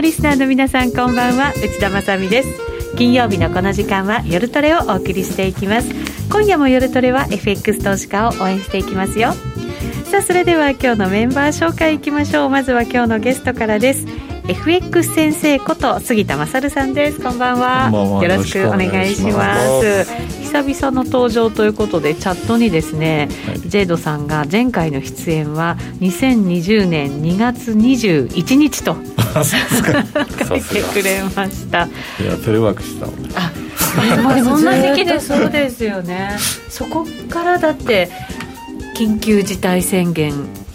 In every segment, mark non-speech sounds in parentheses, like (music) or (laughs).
リスナーの皆さんこんばんは内田まさみです金曜日のこの時間は夜トレをお送りしていきます今夜も夜トレは FX 投資家を応援していきますよさあそれでは今日のメンバー紹介いきましょうまずは今日のゲストからです FX 先生こと杉田勝さんですこんばんはこんばんはよろしくお願いします久々の登場ということでチャットにですねはいジェイドさんが前回の出演は2020年2月21日とさすが書いてくれましたいやテレワークしてたもんねまあそんな時期でそうですよねそこからだって緊急事態宣言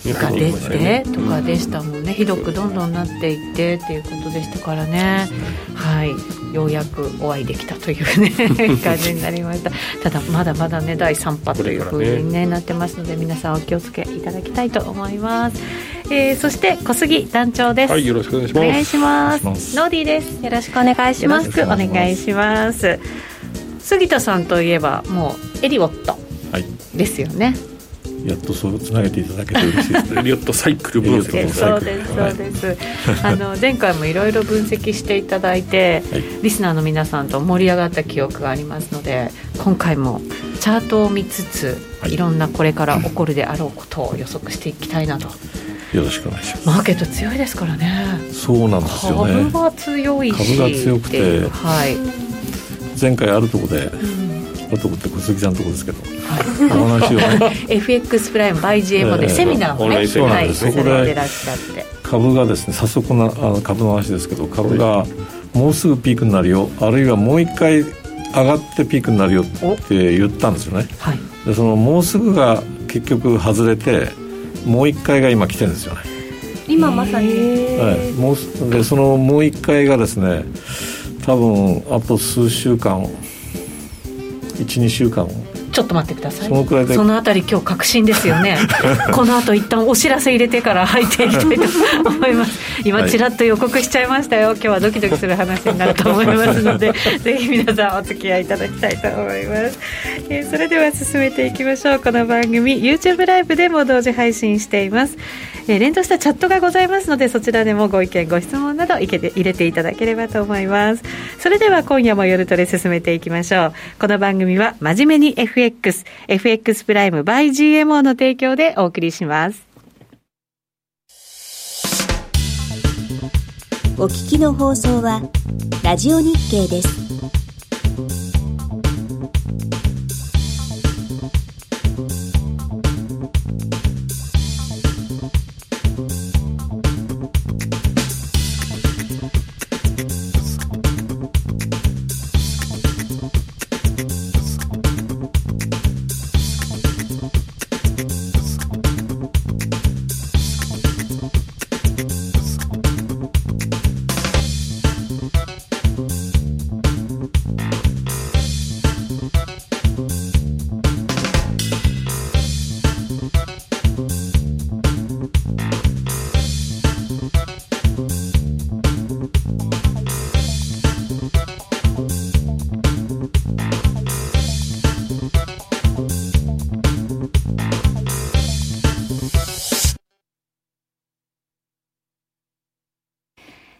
が出てとかでしたもんね、ひどくどんどんなっていってっていうことでしたからねはいようやくお会いできたという (laughs) ね感じになりましたただまだまだね第3波というふうに、ねなってますので皆さんお気をつけいただきたいと思います、えーそして小杉団長です、はいよろしくお願いしおます願いしますお願いしますノーディーですよろしくお願いしよろましす。くお願いします杉田さんといえばもうエリオットはいですよねやっとそうつなげていただけて嬉しい (laughs) ですエリオットサイクル分析エリオットサイそうクルですそうです、あの前回もいろいろ分析していただいて、はいリスナーの皆さんと盛り上がった記憶がありますので今回もチャートを見つつ、はいい、ろんなこれから起こるであろうことを予測していきたいなとよろしくお願いしまマーケット強いですからねすそうなんですよね株は強いし株が強くてっていうはい、前回あるとこでうんあるとこって小杉さんのとこですけどはいお話をね FX プライム by GMO でええセミナーもオンラね、インセミナーはい、ですさねれてらっしゃって。株がですね早速なあの株の話ですけど株がもうすぐピークになるよあるいはもう一回上がってピークになるよって言ったんですよねはい、でそのもうすぐが結局外れてもう一回が今来てるんですよね今まさに。。はい、もうすでそのもう1回がですね多分あと数週間12週間ちょっと待ってください。そのくらいでそのあたり今日確信ですよね。この後一旦お知らせ入れてから入っていきたいと思います。今はい (laughs) ちらっと予告しちゃいましたよ。今日はドキドキする話になると思いますので、ぜひ皆さんお付き合いいただきたいと思います。えーそれでは進めていきましょう。この番組 YouTube ライブでも同時配信しています。えー連動したチャットがございますので、そちらでもご意見ご質問などいけて入れていただければと思います。それでは今夜も夜トレ進めていきましょう。この番組は真面目に FX、FX プライム by GMO の提供でお送りします。お聞きの放送はラジオ日経です。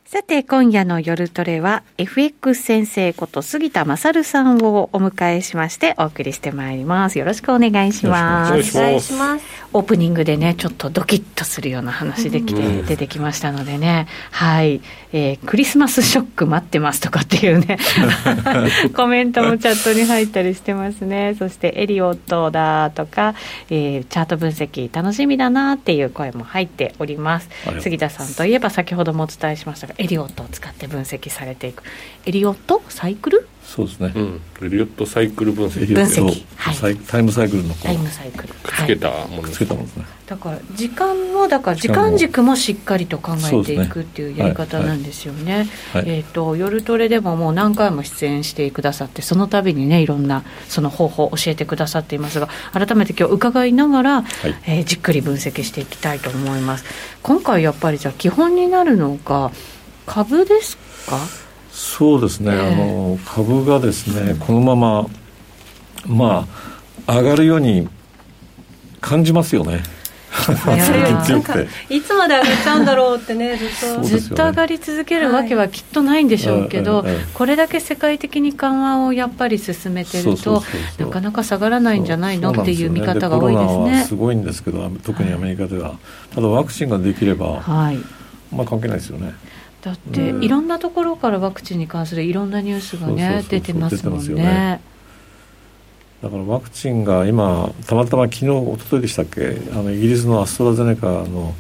さて、今夜の夜トレは FX 先生こと杉田勝さんをお迎えしましてお送りしてまいります。よろしくお願いします。よろしくお願いしますオープニングでね、ちょっとドキッとするような話できて、うん出てきましたのでね、はい、えークリスマスショック待ってますとかっていう (laughs) ね、コメントもチャットに入ったりしてますね、そしてエリオットだとか、えーチャート分析楽しみだなっていう声も入っておりますありがとうござい。ます杉田さんといえば先ほどもお伝えしましたが、エリオットを使って分析されていく。エリオットサイクルそうですね、うんエリオットサイクル分析分を析そうはいサイタイムサイクルのこうタイムサイクル。くっつけたものくっでつすけたもんですねだから時間もだから時時間も間軸もしっかりと考えていそうですくねっていうやり方なんですよね。はいはいえっ、と夜トレでももう何回も出演してくださってその度にねいろんなその方法を教えてくださっていますが改めて今日伺いながら、いえーじっくり分析していきたいと思います。今回やっぱりじゃあ基本になるのが株ですか。そうですね、ええあの株がですねこのまままあ上がるように感じますよねいや (laughs) 最近強くなんてかいつまで上がっちゃうんだろうってね、ずっと。そうですよねずっと上がり続けるわけはきっとないんでしょうけど、はいうんうんうんこれだけ世界的に緩和をやっぱり進めてると、そうそうそうそうなかなか下がらないんじゃないのそっていう見方がそ多ういなんですよコロナはねす。ごいんですけど特にアメリカでは、ただワクチンができれば、はいまあ関係ないですよねだって、うんいろんなところからワクチンに関するいろんなニュースがねそうそうそうそう出てますも出てまんすねよねだからワクチンが今たまたま昨日一昨日でしたっけあのイギリスのアストラゼネカの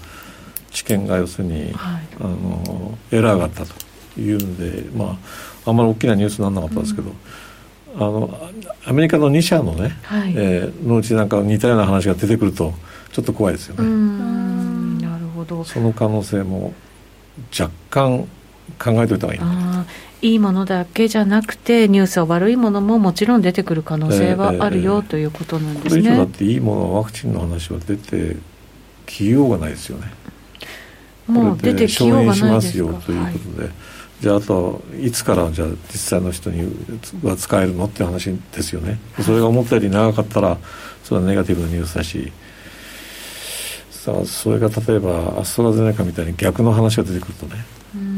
治験が要するにはい、あのエラーがあったというんで、まあ、あんまり大きなニュースにならなかったですけど、あのアメリカの2社のね、はいえーのうちなんか似たような話が出てくるとちょっと怖いですようーね、んなるほどその可能性も若干考えておいた方がいいなあーいいものだけじゃなくてニュースは悪いものももちろん出てくる可能性はあるえよえということなんでこれす以上だっね。ていいものはワクチンの話は出てきようがないですよねもうこれ出でてきようが承認しないまですすよかということで、じゃああといつからじゃあ実際の人には使えるのって話ですよねそれが思ったより長かったらそれはネガティブなニュースだしさあそれが例えばアストラゼネカみたいに逆の話が出てくるとね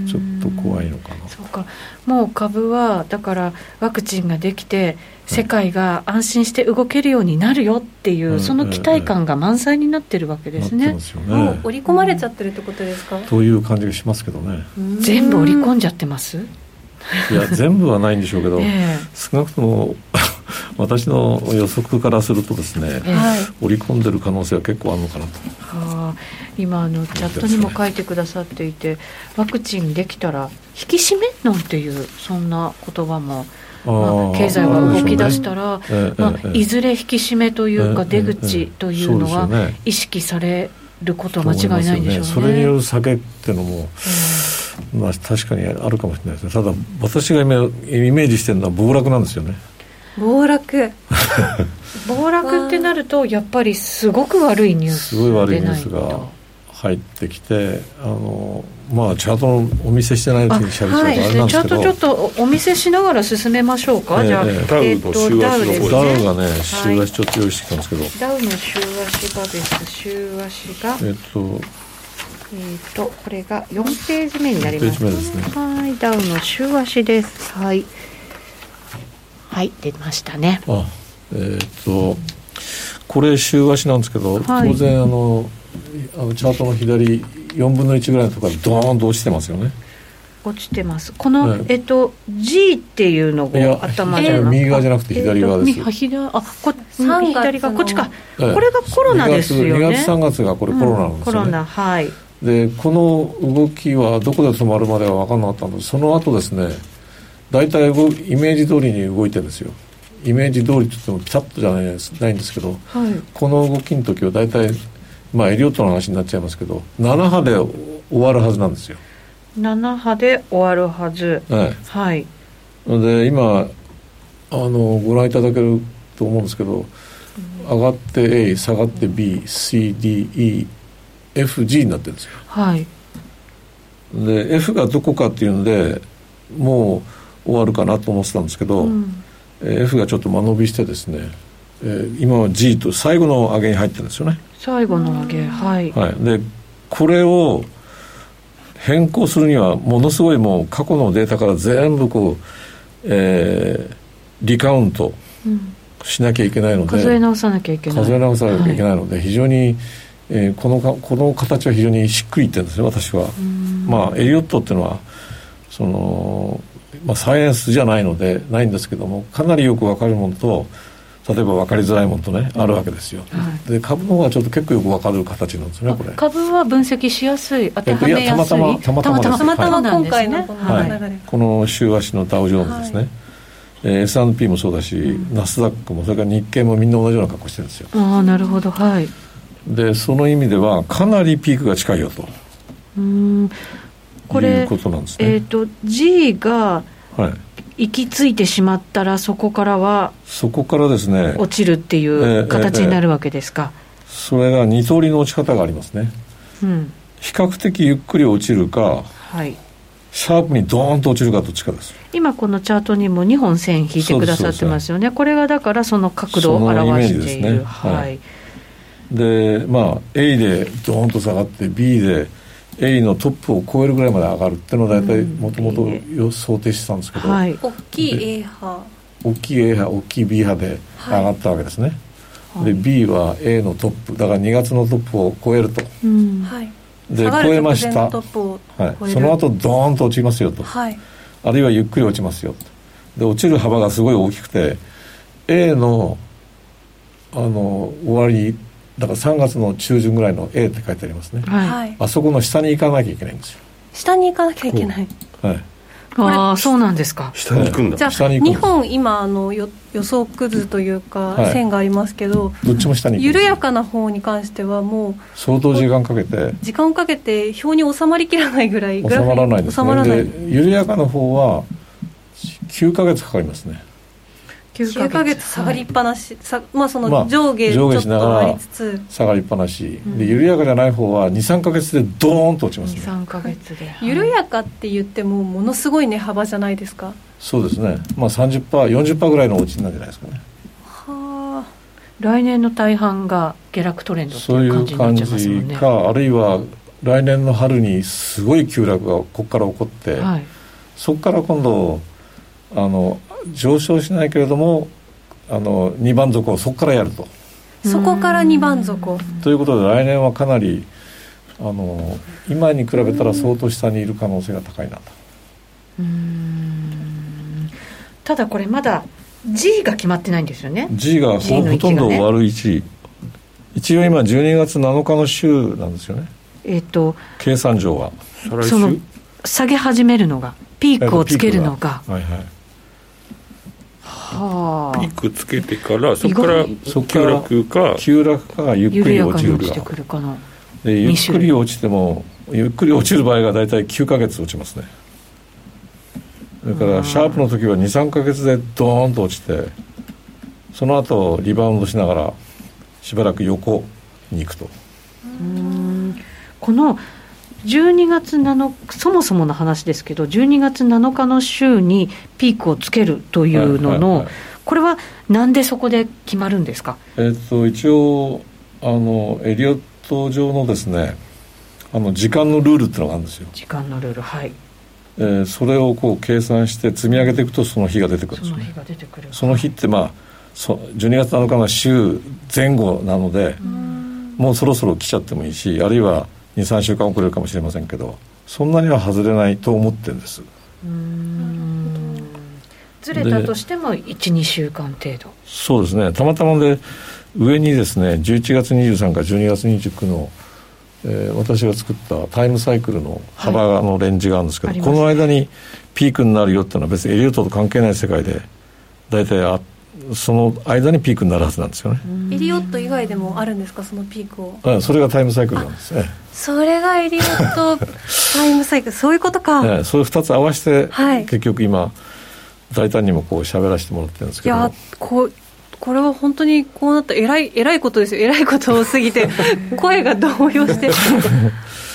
ちょっと怖いのかなそうかもう株はだからワクチンができて世界が安心して動けるようになるよっていう、うんその期待感が満載になってるわけですなってねま、すよもうね織り込まれちゃってるってことですか。という感じがしますけどね全部織り込んんじゃってます、いや全部はないんでしょうけど (laughs) ええ少なくとも (laughs) 私の予測からするとですねええはい。織り込んでる可能性は結構あるのかなとあー今あのチャットにも書いてくださっていてワクチンできたら引き締めなんていうそんな言葉も、まあ経済が動き出したら、ええまあえ、えいずれ引き締めというかええええ出口というのそうですよはね意識されることは間違いないんでしょうね。それによる酒っていうのも、まあ、確かにあるかもしれないですねただ私が今イメージしてるのは暴落なんですよね (laughs) 暴落。暴落ってなるとやっぱりすごく悪いニュースすごい悪いでニューないスとが入ってきてあのまあチャートのお見せしてないうちにしゃべっちゃうとあれなんでちゃすんけとど、ちょっとおお見せしながら進めましょうか、ええじゃあ、ええダウのと週足のダウ方ですねダウがね週足ちょっと用意してきたんですけど、ダウの週足がです週足が、えっとえー、とこれが4ページ目になります4ページ目ですねはいダウの週足ですはいはい出ましたねあえーっとこれ週足なんですけど、はい当然あのあのチャートの左4分の1ぐらいのところにドーンと落ちてますよね落ちてますこの、えええっと G っていうのいやが頭じゃなく右側じゃなくて左側です、みは左あこ3月の左側こっちか、ええこれがコロナですよね2月 ,2 月3月がこれコロナなんですよコロね、ナはいでこの動きはどこで止まるまでは分かんなかったんですその後ですね大体動イメージ通りに動いてるんですよイメージ通りって言ってもピタッとじゃないですないんですけどはいこの動きの時は大体まあエリオットの話になっちゃいますけど7波で終わるはずなんですよ、 7波で終わるはずえはいえ、ので今あのご覧いただけると思うんですけど上がって A 下がって BCDEFG になってるんですよはいで F がどこかっていうんでもう終わるかなと思ってたんですけど、うんえー F がちょっと間延びしてですね、えー今は G と最後の上げに入ってるんですよね、最後の上げはいはい、でこれを変更するにはものすごいもう過去のデータから全部こう、えーリカウントうんしなきゃいけないので数え直さなきゃいけない数え直さなきゃいけはないので、非常に、えーこのかこの形は非常にしっくりいってるんですね私は。うんまあ、エリオットっていうのはその、まあ、サイエンスじゃないのでないんですけどもかなりよく分かるものと例えば分かりづらいものとねあるわけですよ、はで株の方はちょっと結構よく分かる形なんですねこれあ株は分析しやすい当てはめやすいいやたまたまたまたまですたまたま今回のここののは流いれ、この週足のダウジョーンズですね、はいえー S&P もそうだし、ナスダックもそれから日経もみんな同じような格好してるんですよああなるほどはいでその意味ではかなりピークが近いよとうんこれいうことなんですえねっ、、と G がはい、行き着いてしまったらそこからはそこからですね落ちるっていえうえ形になるわけですか、それが二通りの落ち方がありますねうん比較的ゆっくり落ちるかはいシャープにドーンと落ちるかどっちかです今このチャートにも2本線引いてくださってますよねこれがだからその角度をそのイメ表ーしジですていねる、はいはいでまあ A でドーンと下がって B で A のトップを超えるぐらいまで上がるっていうのは大体うんもともと想定してたんですけど、はい大きい A 波大きい A 波大きい B 波で上がったわけですね、はいで B は A のトップだから2月のトップを超えるとうんはいで下が超るえま直し前たのトップをは超い、えるその後ドーンと落ちますよとはいあるいはゆっくり落ちますよとで落ちる幅がすごい大きくて A のあの終わりだから3月の中旬ぐらいの A って書いてありますねははいいあそこの下に行かなきゃいけないんですよ、下に行かなきゃいけないはい、ああそうなんですか下に行くんだじゃあ下に行く2本今あのよ予想くずというはかい線がありますけどどっちも下に行く緩やかな方に関してはもう相当時間かけて時間をかけて表に収まりきらないぐらい収まらないですグラフに収まらねないで緩やかな方は9ヶ月かかりますね9ヶ月下がりっぱなし、さまあそまあの上下ち上ょ下っしながとらありつつ、下がりっぱなし、うんで緩やかじゃない方は23ヶ月でドーンと落ちますね23か月で緩やかって言ってもものすごい値幅じゃないですかそうですねまあ 30%40% ぐらいの落ちなんじゃないですかねはあ来年の大半が下落トレンドってそういいう感うじになっ感ちゃいますもじんねか、あるいは来年の春にすごい急落がここから起こって、はいそこから今度あの上昇しないけれどもあの2番底をそこからやると。そこから2番底ということで来年はかなりあの今に比べたら相当下にいる可能性が高いなと。うーんただこれまだ G が決まってないんですよね G が G ほのほ域がとねんど終わる位置、一応今12月7日の週なんですよねえっ、と計算上は。再来週その下げ始めるのがピークをつけるのがはいはいはピあークつけてからそこから意外そこか急ら落か急落かがゆっく緩りや落かちにる落ちてかくるかなでゆっくり落ちてもゆっくり落ちる場合が大体9ヶ月落ちますねだかうらんシャープの時は23ヶ月でドーンと落ちてその後リバウンドしながらしばらく横に行くとうーんこの12月7日そもそもの話ですけど12月7日の週にピークをつけるというのの、はいはいはいこれはなんでそこで決まるんですかえっと一応あのエリオット上のですねあの時間のルールってのがあるんですよ、時間のルールはいえーそれをこう計算して積み上げていくとその日が出てくるんそですのよね日が出てくるその日ってまあそ12月7日の週前後なので、もうそろそろ来ちゃってもいいしあるいは23週間遅れるかもしれませんけどそんなには外れないと思ってるんですうーんずれたとしても12週間程度そうですねたまたまで上にですね11月23か12月29の、えー私が作ったタイムサイクルの幅がのレンジがあるんですけど、ありますこの間にピークになるよっていうのは別にエリオットと関係ない世界で大体あその間にピークになるはずなんですよね、エリオット以外でもあるんですかそのピークをうんそれがタイムサイクルなんですねそれがエリオ (laughs) ットタイムサイクルそういうことか、ええ、それ2つ合わせて、はい結局今大胆にもこう喋らせてもらってるんですいけどやこうこれは本当にこうなったらえらいえらいことですよえらいことを過 (laughs) ぎて声が動揺して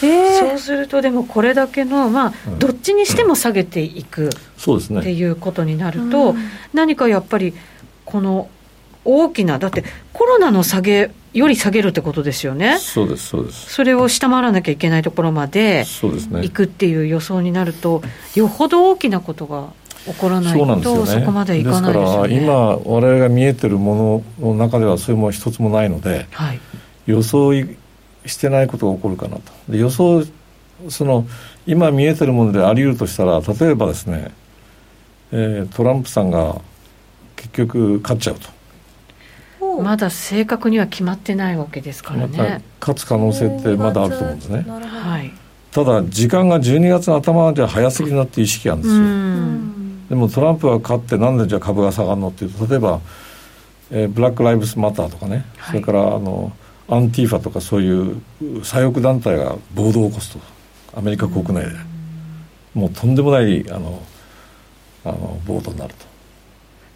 えそうするとでもこれだけのまあんどっちにしても下げていくそうですってねいうことになえると、うん何かやっぱりこの大きなだってコロナの下げより下げるってことですよねそうですそうですそれを下回らなきゃいけないところまでそうですね行くっていう予想になるとよほど大きなことが起こらないそうなんですよとそねこまでいかないですよね。から今我々が見えてるものの中ではそれも一つもないのではい、予想いしてないことが起こるかなとで予想その今見えてるものであり得るとしたら例えばですね、えートランプさんが結局勝っちゃうとまだ正確には決まってないわけですからはいね。勝つ可能性ってまだあると思うんですねなるほどはい、ただ時間が12月の頭じゃ早すぎるなっていう意識があるんうですよ、んでもトランプが勝ってなんでじゃあ株が下がるのっていうと例えば、えーブラック・ライブズ・マターとかね、はいそれからあのアンティーファとかそういう左翼団体が暴動を起こすとアメリカ国内で、もうとんでもないあのあの暴動になると。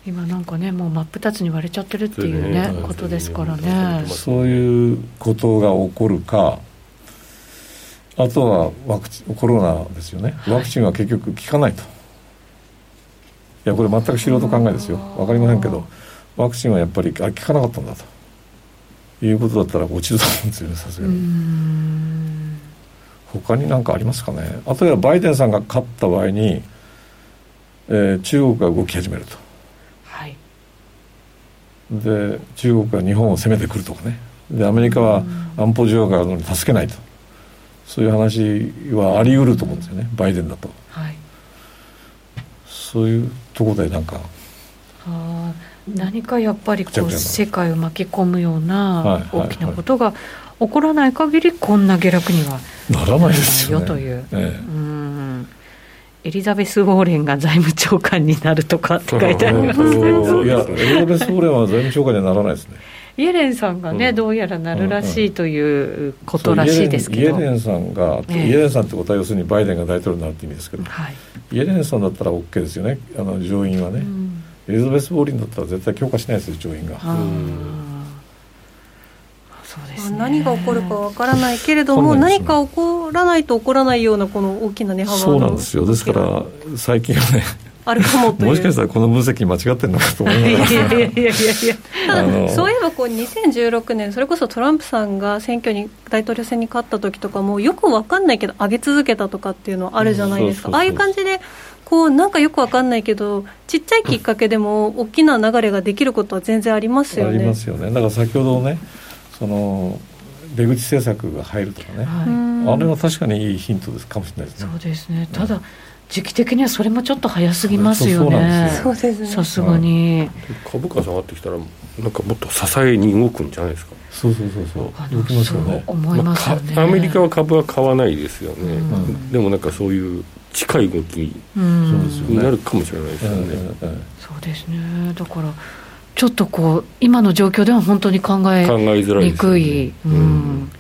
今なんかねもう真っ二つに割れちゃってるっていうそうねねことですからうんね。そういうことが起こるか、あとはワクチンコロナですよね、ワクチンは結局効かないと、いや、これ、全く素人考えですよ、わかりませんけど、ワクチンはやっぱりあ効かなかったんだと、いうことだったら落ちると思うんですよねさすがに。他に何かありますかねあとはバイデンさんが勝った場合に、えー中国が動き始めるとはいで中国が日本を攻めてくるとかねでアメリカは安保条約があるのに助けないとそういう話はあり得ると思うんですよねバイデンだとはいそういうところでなんかあー何かやっぱりぐちゃこぐうちゃな世界を巻き込むようはいなはいは大いきなことが起こらない限りこんな下落にはならないですよねならないよとうええんエリザベス・ウォーレンが財務長官になるとかって書いてありますそうけそうどそういや、エリザベス・オーレンは財務長官にはならないですね。 (laughs) イエレンさんがね、うんどうやらなるらしいというこそとうらしいですけどイエレンイエレンさんが、ええイエレンさんってことは要するにバイデンが大統領になるって意味ですけど、はい、イエレンさんだったら OK ですよね、あの上院はうね、んエリザベス・ウォーレンだったら絶対強化しないですよ、上院が。あうーそうですね何が起こるかわからないけれども、そうなんです何ねか起こらないと起こらないようなこの大きな値幅のそうなんですよ、ですから、最近はね、あるかもというもしかしたらこの分析間違ってるのかと思いながら (laughs) いやいやいやいやいやたあのだそういえばこう2016年それこそトランプさんが選挙に大統領選に勝った時とかもよくわかんないけど上げ続けたとかっていうのはあるじゃないですか、うんそうああそいうそうう感じでこうなんかよくわかんないけどちっちゃいきっかけでも大きな流れができることは全然ありますよありねま。すよね。だから先ほどね、その出口政策が入るとかね、はいうんあれは確かにいいヒントですかもしれないですそね。うですねただ時期的にはそれもちょっと早すぎますよそうそうなんねですそうですねさすがに、株価下がってきたらなんかもっと支えに動くんじゃないですかそうそうそうそうあ。動のきますそようね。思いますよね、まあかアメリカは株は買わないですよね、うんでもなんかそういう近い動きうんそうですよになるかもしれないですよね、うんうんうんそうですねだからちょっとこう今の状況では本当に考え考えづらいにですよくねい、うんうん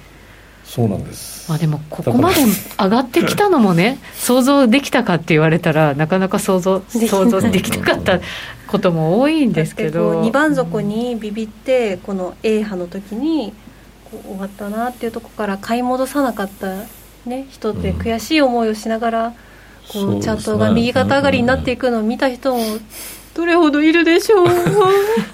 そうなんです。まあ、でもここまで上がってきたのもね想像できたかって言われたらなかなか想像きない想像できなかったことも多いんですけだってこどう二番底にビビってこの A 波の時にこう終わったなっていうところから買い戻さなかった、ね、人ってうん悔しい思いをしながらこそううですねチャートが右肩上がりになっていくのを見た人もどれほどいるでしょう (laughs) いや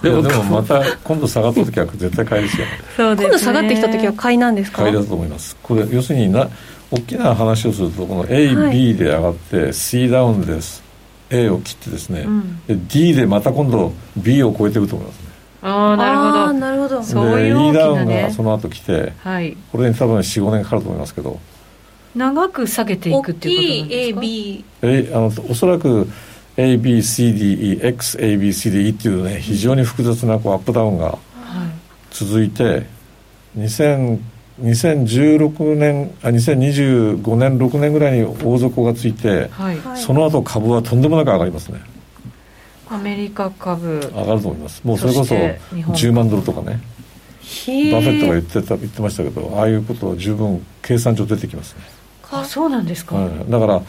でもまた今度下がった時は絶対買いですよ。そうですね今度下がってきた時は買いなんですか買いだと思います。これ要するにな大きな話をするとこの A、はい B で上がって C ダウンです。A を切ってですね。うんで D でまた今度 B を超えていくと思いますね。ああなるほあーどなるほどそういう大きな E ねダウンがその後来てはいこれに多分45年かかると思いますけど、長く下げてい大くってきいうことなんいですか AB A あのおそらく ABCDEXABCDE っていうね非常に複雑なこうアップダウンがはい続いて2000 2016年あ2025年6年ぐらいに大底がついて、はい、はいその後株はとんでもなく上がりますねアメリカ株上がると思いますもうそれこそそして日本10万ドルとかねひバフェットが言ってた言ってましたけどああいうことは十分計算上出てきますね、あそうなんですか、はいだから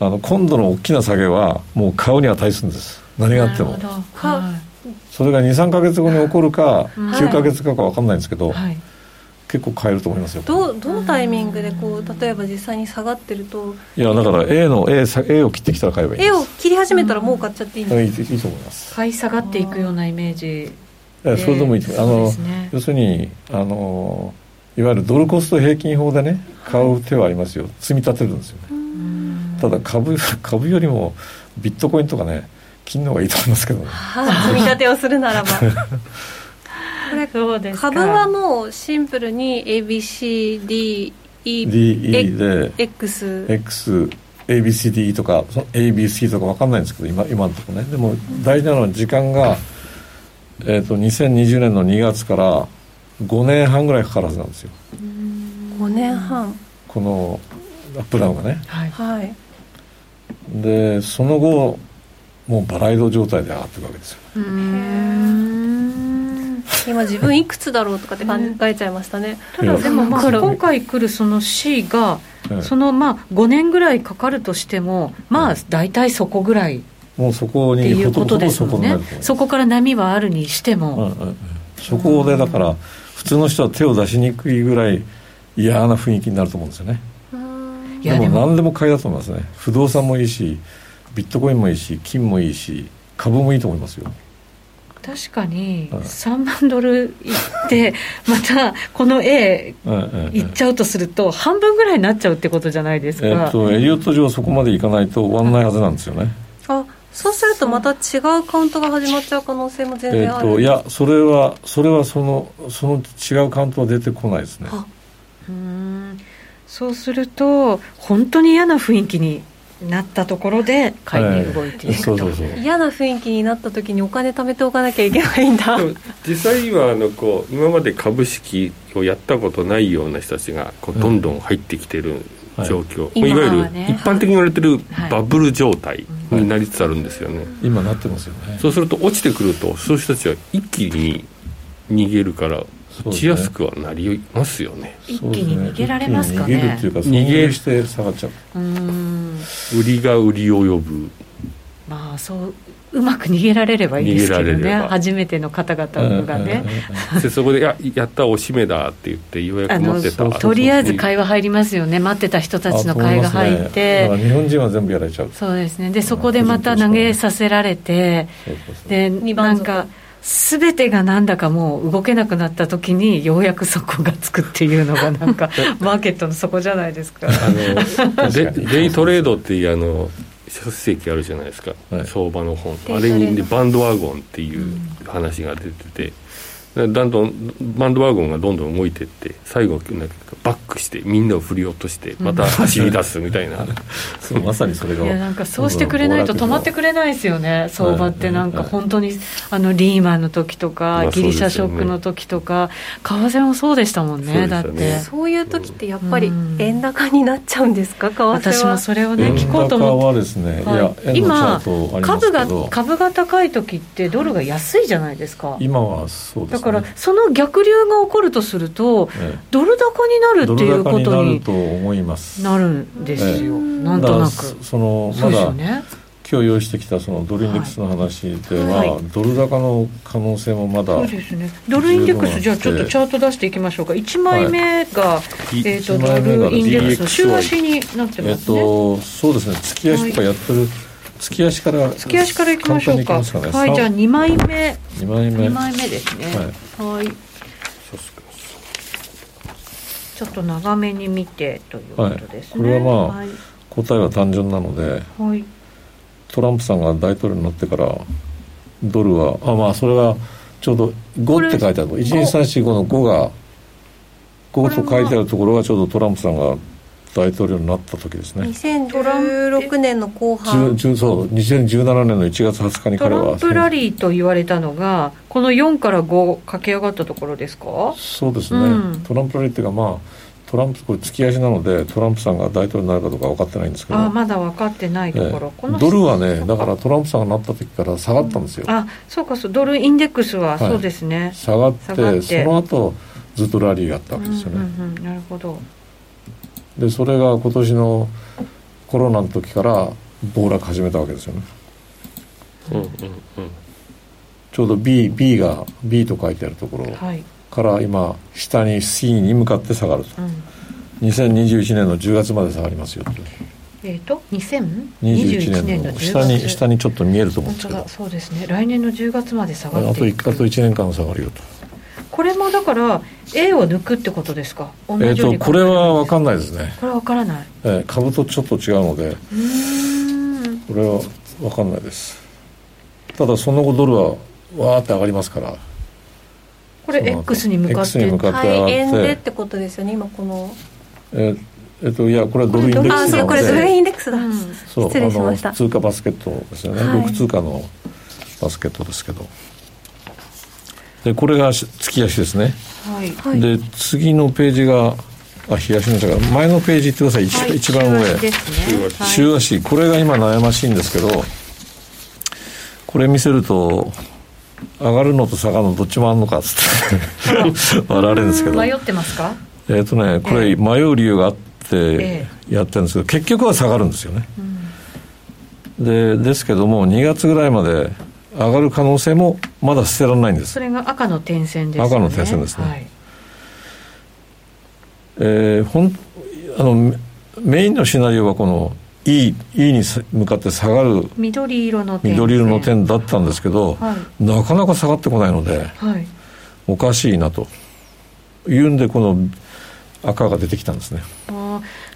あの今度の大きな下げはもう買うに値するんです何があってもなるほどかはそれが23か月後に起こるか、うん9か月かか分かんないんですけど、い、はい結構買えると思いますよどうどのタイミングでこう例えば実際に下がってるといやだから A の A, さ A を切ってきたら買えばいいんで絵すを切り始めたらもう買っちゃっていいんですかいいいいと思います。買い下がっていくようなイメージえそれでもいいとそ思いうま。ですすあの、ね要するにあのいわゆるドルコスト平均法でね買う手はありますよ。積み立てるんですよね。ただ株株よりもビットコインとかね金の方がいいと思いますけどね。はい積み立てをするな (laughs) らばこれそうですか株はもうシンプルに ABCDEX DE で X ABCD とかその ABC とかわかんないんですけど今今のところね。でも大事なのは時間がえっ、と2020年の2月から5年半ぐらいかかるはずなんですよ。 5年半このアップダウンがね。はいはいでその後もうバラ色状態で上がっていくわけですようーん今自分いくつだろうとかって考えちゃいましたねただでもまあうん今回来るその C がええそのまあ5年ぐらいかかるとしてもまあ大体そこぐらいっもうそこてにいうこほととんどですそこもんになねると思いますそこから波はあるにしてうんもうんうんそこでだから普通の人は手を出しにくいぐらい嫌な雰囲気になると思うんですよねいでやもでも何でも買いだと思いますね不動産もいいしビットコインもいいし金もいいし株もいいと思いますよ確かにはい3万ドルいってまたこの A いいっちゃうとすると半分ぐらいになっちゃうってことじゃないですか、えっとエリオット上そこまでいかないと終わんないはずなんですよね。あそうするとまた違うカウントが始まっちゃう可能性も全え然っある、といやそれはそれはそのその違うカウントは出てこないですね。あうーんそうすると本当に嫌な雰囲気になったところで買いに動いていくと、そうそうそう。嫌な雰囲気になった時にお金貯めておかなきゃいけないんだでも実際はあのこう今まで株式をやったことないような人たちがこうどんどん入ってきてる状況、いい、わゆる今はね一般的に言われてるはいバブル状態になりつつあるんですよね、今なってますよね。そうすると落ちてくるとそういう人たちは一気に逃げるからそう落ですねちやすくはなりますよね一気に逃げられますかね一気に逃げるっていうか、逃げ逃げして下がっちゃう。うーん売りが売りを呼 (laughs) ぶまあそううまく逃げられればいいですけど逃げらねれれば初めての方々がね、でそこで「いややったおしめだ」って言ってようやあくの持ってたとりあえず会話入りますよね待ってた人たちの会が入って、あと思いますねだから日本人は全部やられちゃう。そうですねでそこでまた投げさせられてそうそうそうで二な番ん底か全てがなんだかもう動けなくなった時にようやくそこがつくっていうのがなん (laughs) かマーケットの底じゃないですか。あの確デかにデイトレードっていうあの書籍あるじゃないですか、はい相場の本デイあトレれードにねバンドワゴンっていう話が出てて、だんだんバンドワゴンがどんどん動いてって最後なんかバックしてみんなを振り落としてまた走り出すみた (laughs) いな、そうまさにそれいやが。なんかそうしてくれないと止まってくれないですよね、相場ってなんか本当にあのリーマンの時とまあか、そギうですよねリシャショックの時とか、為替もそうでしたもんね、そうですだよって、ねそういう時ってやっぱりうん円高になっちゃうんですか為替は私もそれをね、円聞こうと高思っはですね、いやて、、円のチャ今ートあります株けがど、、株が高い時って、ドルが安いじゃないですか、今はそうですだね。からその逆流が起こるとすると、えドル高になるえドっていルうこ高にとなるにと思います。なるんですよ、ええなんとなだからく。そのそまうですだよね今日用意してきたそのドルインデックスの話では、はいドル高の可能性もまだ、そうですね。ドルインデックス、じゃあちょっとチャート出していきましょうか。1枚目が、いえっ、と、一ド枚目がルインデックス、 DXY 週足になってえまっすね。とそうですね月足とかやってる、月足から月足からいきましょうか。簡単にいきますかねはい、じゃあ2枚目、 2枚目2枚目ですね。はい。ちょっと長めに見てということですね。はいこれはまあい答えは単純なのではいトランプさんが大統領になってからドルはあまあそれがちょうどこれ5って書いてある12345の5が5と書いてあるところがちょうどトランプさんが大統領になった時ですね2016年の10後半10そう2017年の1月20日にト彼はランプラリーと言われたのが、この4から5駆け上がったところですかそうですね、うんトランプラリーっていうかまあトランプこれ突き足なのでトランプさんが大統領になるかどうか分かってないんですけどああ、まだ分かってないところ。ええドルはねだからトランプさんがなった時から下がったんですよ、あそうかそうドルインデックスははいそうですね、下がって下がってその後ずっとラリーがあったわけですよね、うんうんうん、なるほどでそれが今年のコロナの時から暴落始めたわけですよねうんうんうんちょうど B, B が B と書いてあるところはい、から今下に C に向かって下がるとうん2021年の10月まで下がりますよとえっ、と2021 21年年の10の月下に下にちょっと見えると思う本んです当けどだそうですね来年の10月まで下あがとってい1あとく1年間下がるよとこれもだから A を抜くってことですか同えっ、じようにとこれは分かんないですね、これは分からないえー株とちょっと違うのでうーんこれは分かんないですただその後ドルはわーって上がりますからこれその後 X に向かっ X にて向かって上がっ大て円でってことですよね今このえーえっといやこれはドルインデッあクスそなうのこれドルでインデックスだ、うんそう失礼しましたあの通貨バスケットですよね、はい6通貨のバスケットですけどでこれがし月足ですねはいはいで次のページがあ東のから前のページ行ってください一,、はい一番中上足ですねはい週足これが今悩ましいんですけどこれ見せると上がるのと下がるのどっちもあんのかっつ (laughs) って笑われるんですけど迷えっ、ってますかとねこれ迷う理由があっえてやってるんですけど結局は下がるんですよね、でですけども2月ぐらいまで上がる可能性もまだ捨てられないんですそれが赤の点線ですよね赤の点線ですねはいえーほんあのメメインのシナリオはこのいいいいに向かって下がる緑色の点緑色のですね点だったんですけど、はなかなか下がってこないのではいおかしいなというんでこの赤が出てきたんですねあー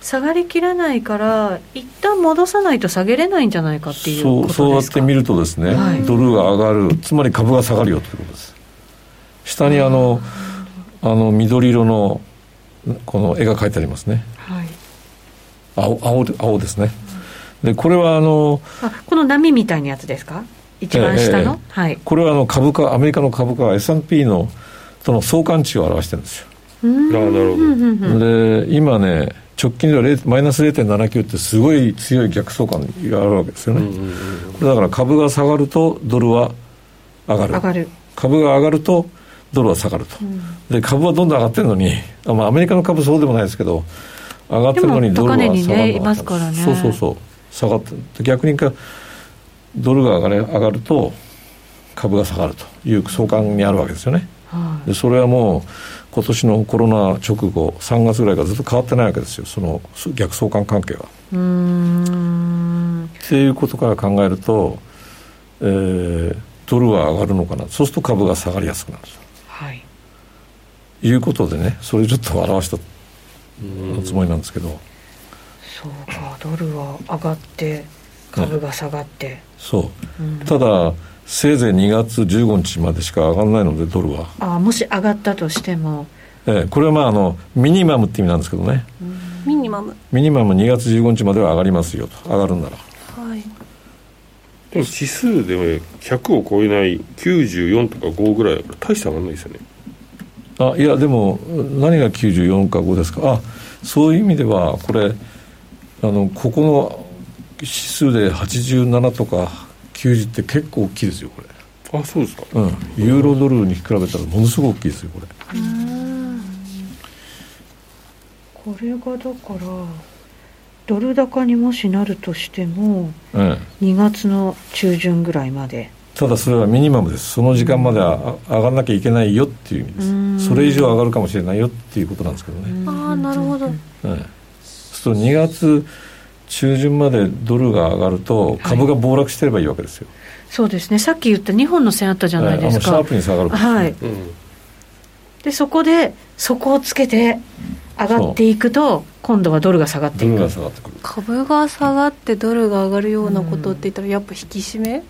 下がりきらないから一旦戻さないと下げれないんじゃないかっていうそこうとそうやでっすかて見るとですね、はいドルが上がるつまり株が下がるよということです下にあのあの緑色のこの絵が描いてありますねはい、青青で青ですねでこれはあのあこの波みたいなやつですか一番下の、えはいこれはあの株価アメリカの株価は S&P のとの相関値を表してるんですよ、うーんあーなるほどうんうんうんで今ね直近では0マイナス0.79ってすごい強い逆相関があるわけですよね、うんうんだから株が下がるとドルは上がる上がる、株が上がるとドルは下がると、で株はどんどん上がってるのにあ、まあ、アメリカの株そうでもないですけど上がってるのにでドもルは高下値がにねらなかったんですいますからねそうそうそう下がって逆にかドルが上がれ上がると株が下がるという相関にあるわけですよねはいでそれはもう今年のコロナ直後3月ぐらいからずっと変わってないわけですよその逆相関関係はうーんっていうことから考えると、えードルは上がるのかなそうすると株が下がりやすくなるはいということでねそれをちょっと表したうんつもりなんですけど、そうかドルは上がって株が下がって、そううんただせいぜい2月15日までしか上がらないのでドルは、あもし上がったとしても、えーこれはまああのミニマムって意味なんですけどねミニマムミニマム2月15日までは上がりますよと上がるんならはいでも指数でも100を超えない94とか5ぐらいだから大した上がんないですよねあいやでも何が94か5ですかあそういう意味ではこれあのここの指数で87とか90って結構大きいですよこれ、あそうですかうん、ユーロドルに比べたらものすごく大きいですよこれこれがだからドル高にもしなるとしてもええ2月の中旬ぐらいまでただそれはミニマムですその時間まではあ上がらなきゃいけないよっていう意味うでんすそれ以上上がるかもしれないよっていうことなんですけどね、ああなるほどええそうすると2月中旬までドルが上がると株が暴落してればいいわけですよ、そうですねさっき言った2本の線あったじゃないええあでのすシャかープに下がることですねはいうんでそこでそこをつけて上がっていくと今度はドルが下がってドいルくが下がってくる株が下がってドルが上がるようなことって言ったらやっぱ引き締め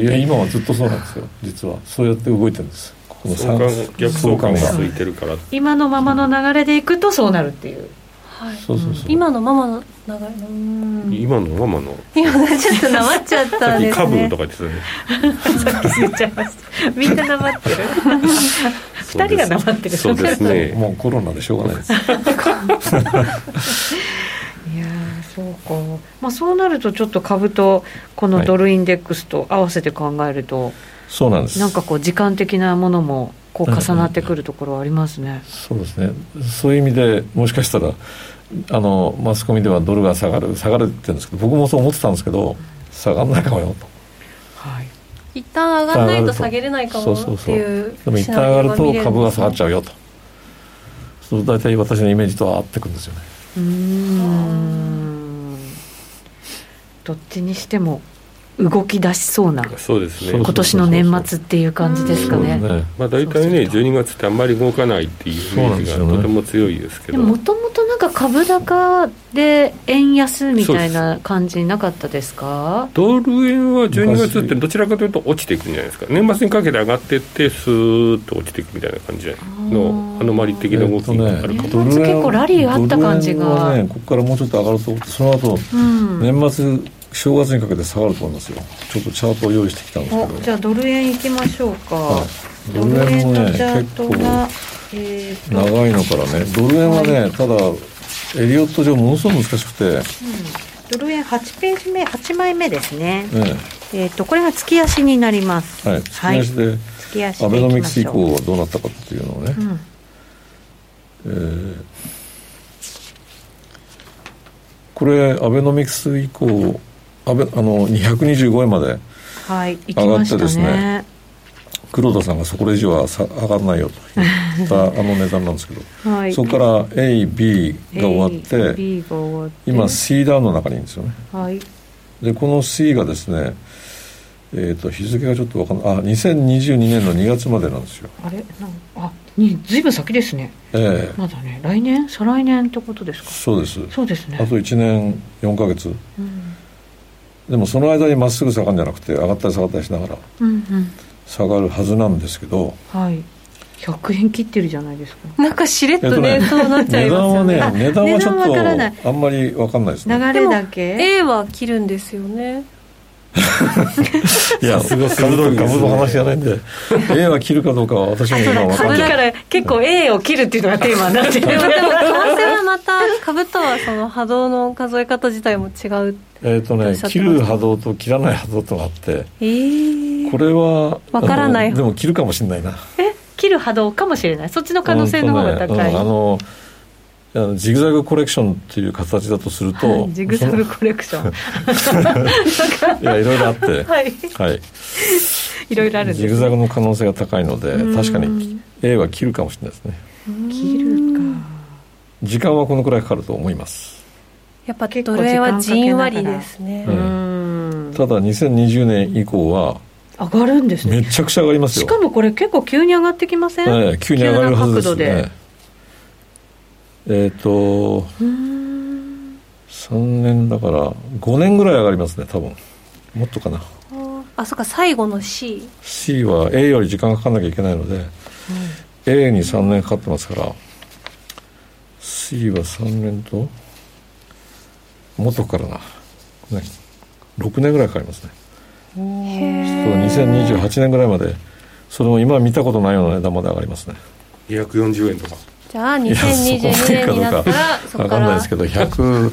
いや今はずっとそうなんですよ実はそうやって動いてるんですここの相関逆相関が相続いてるから今のままの流れでいくとそうなるっていうはいそうそうそう今のままの流れうん今のママの今ねちょっとなまっちゃったさっんきです株ねとか言ってたねさっき過ぎちゃいましたみんななまって (laughs) る二人が黙ってるそうですねもうコロナでしょうがない (laughs) ですいやーそうか、まあ、そうなるとちょっと株とこのドルインデックスと合わせて考えると、そうなんですなんかこう時間的なものもこう重なってくるところはありますね。そうですねそういう意味でもしかしたらあのマスコミではドルが下がる下がるって言ってるんですけど僕もそう思ってたんですけど下がらないかもよとはい、一旦上がらないと下げれないかもそうそうっそてういうでも一旦上がると株が下がっちゃゃうよとそう大体私のイメージとは合ってくるんですよねうーんどっちにしても動き出しそうなそうですそうねそ今う年の年末っていう感じですかね。そうですねまあ大体ね12月ってあんまり動かないっていうイメージがそうなんですよねとても強いですけでどももともとなんか株高で円安みたいな感じなかったですかドル円は12月ってどちらかというと落ちていくんじゃないですか年末にかけて上がってってスーッと落ちていくみたいな感じのあーアノマリ的な動きがあるかもとね年末結構ラリーがあった感じがドル円はねここからもうちょっと上がると思ってその後うん年末正月にかけて下がると思いますよちょっとチャートを用意してきたんですおけじどゃあドル円いきましょうか、はいドル円のチャートドル円もがね、えーと長いのからねドル円はね、ただエリオット上ものすごく難しくて、ドル円8ページ目8枚目ですね、ねえっ、とこれが月足になりますはい、月足で、月足アでベいノきミまクス以しょう降はどうなったかっていうのをね、うんえーこれアベノミクス以降アベあの225円まではい行きました上がってですねね黒田さんがそこ以上はさ上がらないよと (laughs) 言ったあの値段なんですけど、はいそこから AB が終わって、 A B が終わって今 C ダウンの中にいるんですよねはいでこの C がですねえー、と日付がちょっとわかんないあ2022年の2月までなんですよあれなんあにずいぶん先ですねええまだね来年再来年ってことですかそうですそうですねあと1年4ヶ月うんでもその間にまっすぐ下がるんじゃなくて上がったり下がったりしながらうんうん下がるはずなんですけどはい100円切ってるじゃないですかなんかしれっとね、えっとねそうなっちゃ値いま段すよはねね。値段はちょ値段わからないっとあんまりわかんないですね流れだけ A は切るんです (laughs) よね。いやすが株鋭いとですね株の話じゃないんで A は切るかどうかは私も今わかん株なだかいら結構 A を切るっていうのがテーマになってるでも、でも、為替はまた、株とはその波動の数え方自体も違う。えっ、とどうねしちゃってます切る波動と切らない波動とがあってえーこれはわからないあのでも切るかもしれないなえ切る波動 (laughs) かもしれないそっちの可能性の方が高うんとねい、うんあのあのジグザグコレクションっていう形だとすると、はいジグザグコレクションそのいやいろいろあって (laughs) はいはいいろいろあるんジでグすザグの可能性が高いのでうん確かに A は切るかもしれないですね切るか時間はこのくらいかかると思いますやっぱ、奴隷はじんわりですねう。うんただ2020年以降は上がるんですめねちゃくちゃ上がりますよしかもこれ結構急に上がってきません、ええ急に上がるはずです急な角ねえっ、とうーん3年だから5年ぐらい上がりますね多分もっとかなあ、そっか、最後の C。 C は A より時間がかかんなきゃいけないので、A に3年かかってますから C は3年ともっとかかるな6年ぐらいかかりますねそう2028年ぐらいまでそれも今見たことないような値段まで上がりますね240円とかじゃあ、いや2022年になったら、そそここまでかどうかわかかんないら、ですけひど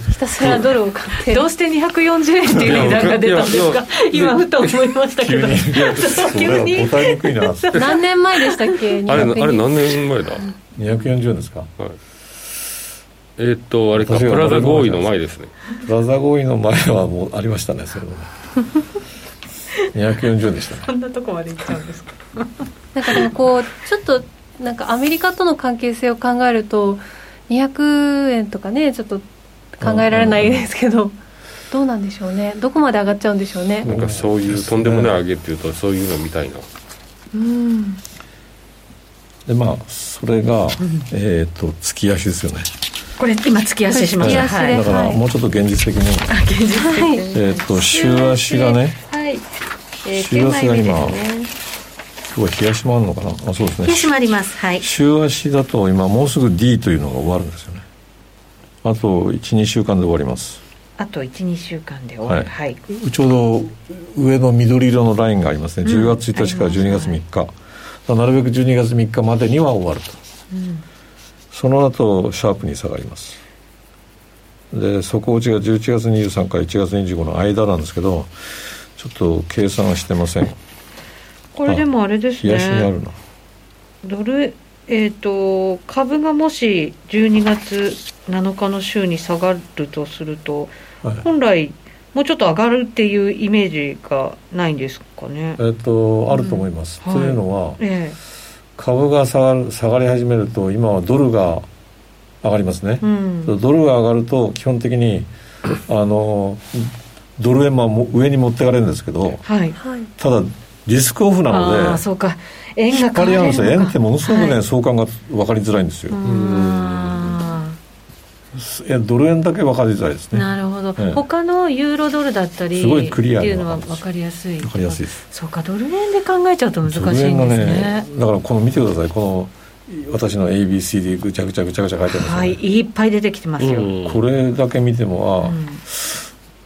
100たすらドルを買 (laughs) って。どうして240円っていう値段が出たんですかいや今ふと思いましたけど急に答えにくいな240何年前でしたっけあれあ200れ何年前だ、はい、円ですかえーっとあれか私プがラザ合意の前ですねプラザ合意の前はもうありましたねそれもね240円でしたねこんなとこまで行っちゃうんですかなんかでもこうちょっとなんかアメリカとの関係性を考えると200円とかねちょっと考えられないですけど、どうなんでしょうねどこまで上がっちゃうんでしょうねなんかそういうとんでもない上げっていうとそういうのみたいなうんでまあそれが、えっ、と月足ですよねこれ今突き足しました突き足はいでだからはいもうちょっと現実的に、現実的にはいえっ、と週足がねはい、えー、週9枚末が目で今すね今日は冷やしもあるのかなあそうですねで閉まりますはい週足だと今もうすぐ D というのが終わるんですよねあと12週間で終わりますあと12週間で終わるは、はいちょうど上の緑色のラインがありますねうん10月1日から12月3日、なるべく12月3日までには終わるとうんその後シャープに下がりますで底落ちが11月23から1月25の間なんですけどちょっと計算はしてませんこれでもあれです冷やしにあねるなドルえっ、と株がもし12月7日の週に下がるとするとはい本来もうちょっと上がるっていうイメージがないんですかねえっ、とあると思います、うんとはいいうのはえ株が下がる下がり始めると今はドルが上がりますねえ、うんドルが上がると基本的にあのドル円もも上に持ってかれるんですけどはいはい、ただリスクオフなああのーでそうか円引がっ張り合うんですよ変われ円るのかってものすごくね、はい相関が分かりづらいんですう、よーんえドル円だけ分かりづらいですねなるほど、ええ他のユーロドルだったりすごいクリっアなていうのは分かりやすい分かりやすいですそうかドル円で考えちゃうと難しいんですドルね円だからこの見てくださいこの私の ABCD ぐちゃぐちゃぐちゃぐちゃ書いてますよね、はいいっぱい出てきてますよ、うんこれだけ見ても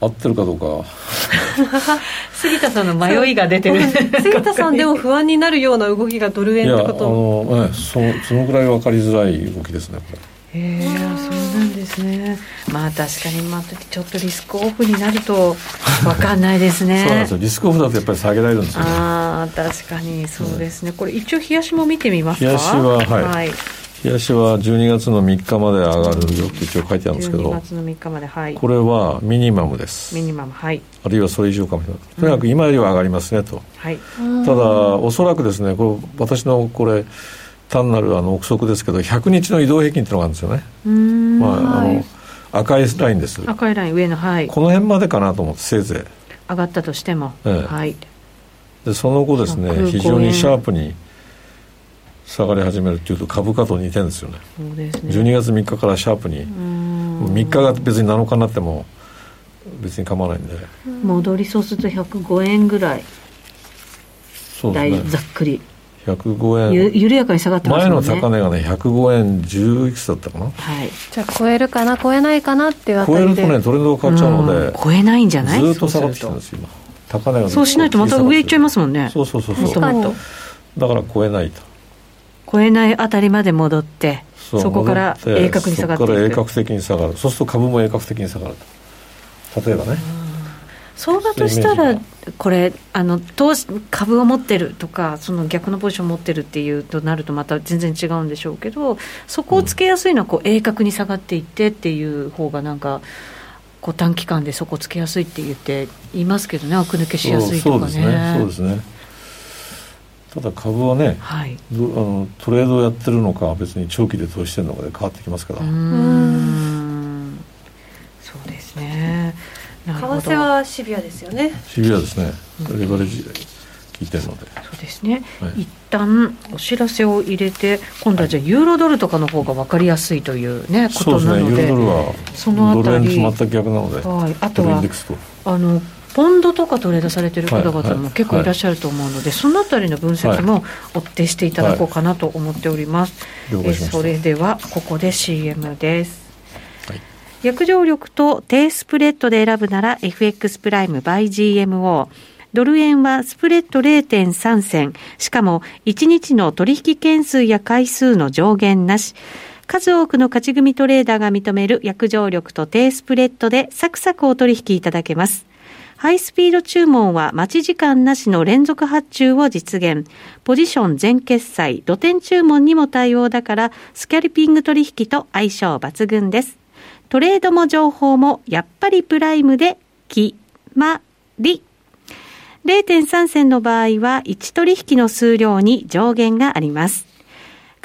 あ、合ってるかどうか杉田さんの迷いが出てる杉田さんでも不安になるような動きがドルい円やっあてことの、ええそそのぐらい分かりづらい動きですねこれ (laughs) へえそうなんですねまあ確かにまあちょっとリスクオフになると分かんないですね (laughs) そうなんですよリスクオフだとやっぱり下げられるんですよねああ確かにそうですねこれ一応冷やしも見てみますか冷やしははい冷やしは12月の3日まで上がるよって一応書いてあるんですけ12ど月の3日まではいこれはミニマムですミニマムはいあるいはそれ以上かもしれないとにかく今よりは上がりますねと、はいうんただおそらくですねこれ私のこれ単なるあの憶測ですけど100日の移動平均っていうのがあるんですよね、うんまああはいの赤いラインですこ赤いライン上のはいの辺までかなと思ってせいぜ上がったとしても、ええはいいでその後ですあね空港非常にシャープに下がり始めるっていうと株価と似てるんですよねそうですね12月3日からシャープに3 3日が別に7日になっても別に構わないんで戻りそうすると105円ぐらいそうだいですざねっくり105ゆ円緩やかに下がってます前ものんね高値がね105円10いくつだったかなはいじゃあ超えるかな超えないかなっていうあ超たえりるとでねトレンドが変わっちゃうのでん超えないんじゃないずーっと下がってきてるそうんですすよ今高値がるとそうしないとまた上行っちゃいますもんねそうそうそうもそとうもとだから超えないと超えないあたりまで戻ってうそこから戻って鋭角に下がってそいこから鋭く角的に下がるそうすると株も鋭角的に下がると例えばね相場としたそういうイらメージこれあの投資株を持ってるとかその逆のポジションを持ってるっていうとなるとまた全然違うんでしょうけどそこをつけやすいのはこう鋭角に下がっていってっていう方がなんかこう短期間でそこつけやすいって言って言いますけどね悪抜けしやすいそとうかそうですねそうねですねただ株はねはいどあのトレードをやってるのか別に長期で投資してるのかで変わってきますから、うーんそうですね為為替はシビアですよねシビアですねレバレッジ効いてるのそでうですね、はい一旦お知らせを入れて今度はじゃあユーロドルとかの方が分かりやすいというねこそうとですなねのユでーロドルはそのあたりドル円と全く逆なのではい、あとドルインはデックスとあのポンドとかトレードされてる方はい々はもい結構いらっしゃると思うので、そのあたりの分析も追ってしていただこうかなと思っております、了え解しまそれしではここで CM ですた、はい約定力と低スプレッドで選ぶなら FX プライム by GMO。ドル円はスプレッド0.3銭。しかも1日の取引件数や回数の上限なし。数多くの勝ち組トレーダーが認める約定力と低スプレッドでサクサクお取引いただけます。ハイスピード注文は待ち時間なしの連続発注を実現。ポジション全決済、露店注文にも対応だから、スキャルピング取引と相性抜群です。トレードも情報もやっぱりプライムで決まり。0.3銭の場合は1取引の数量に上限があります。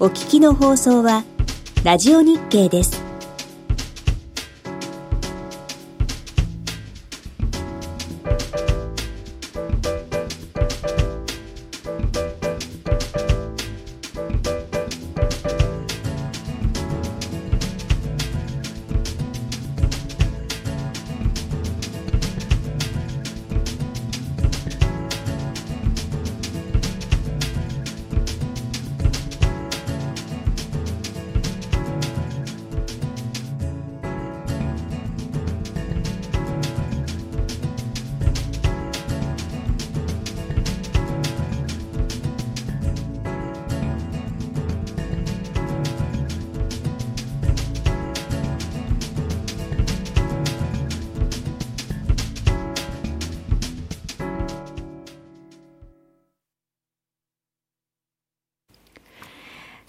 お聞きの放送はラジオ日経です。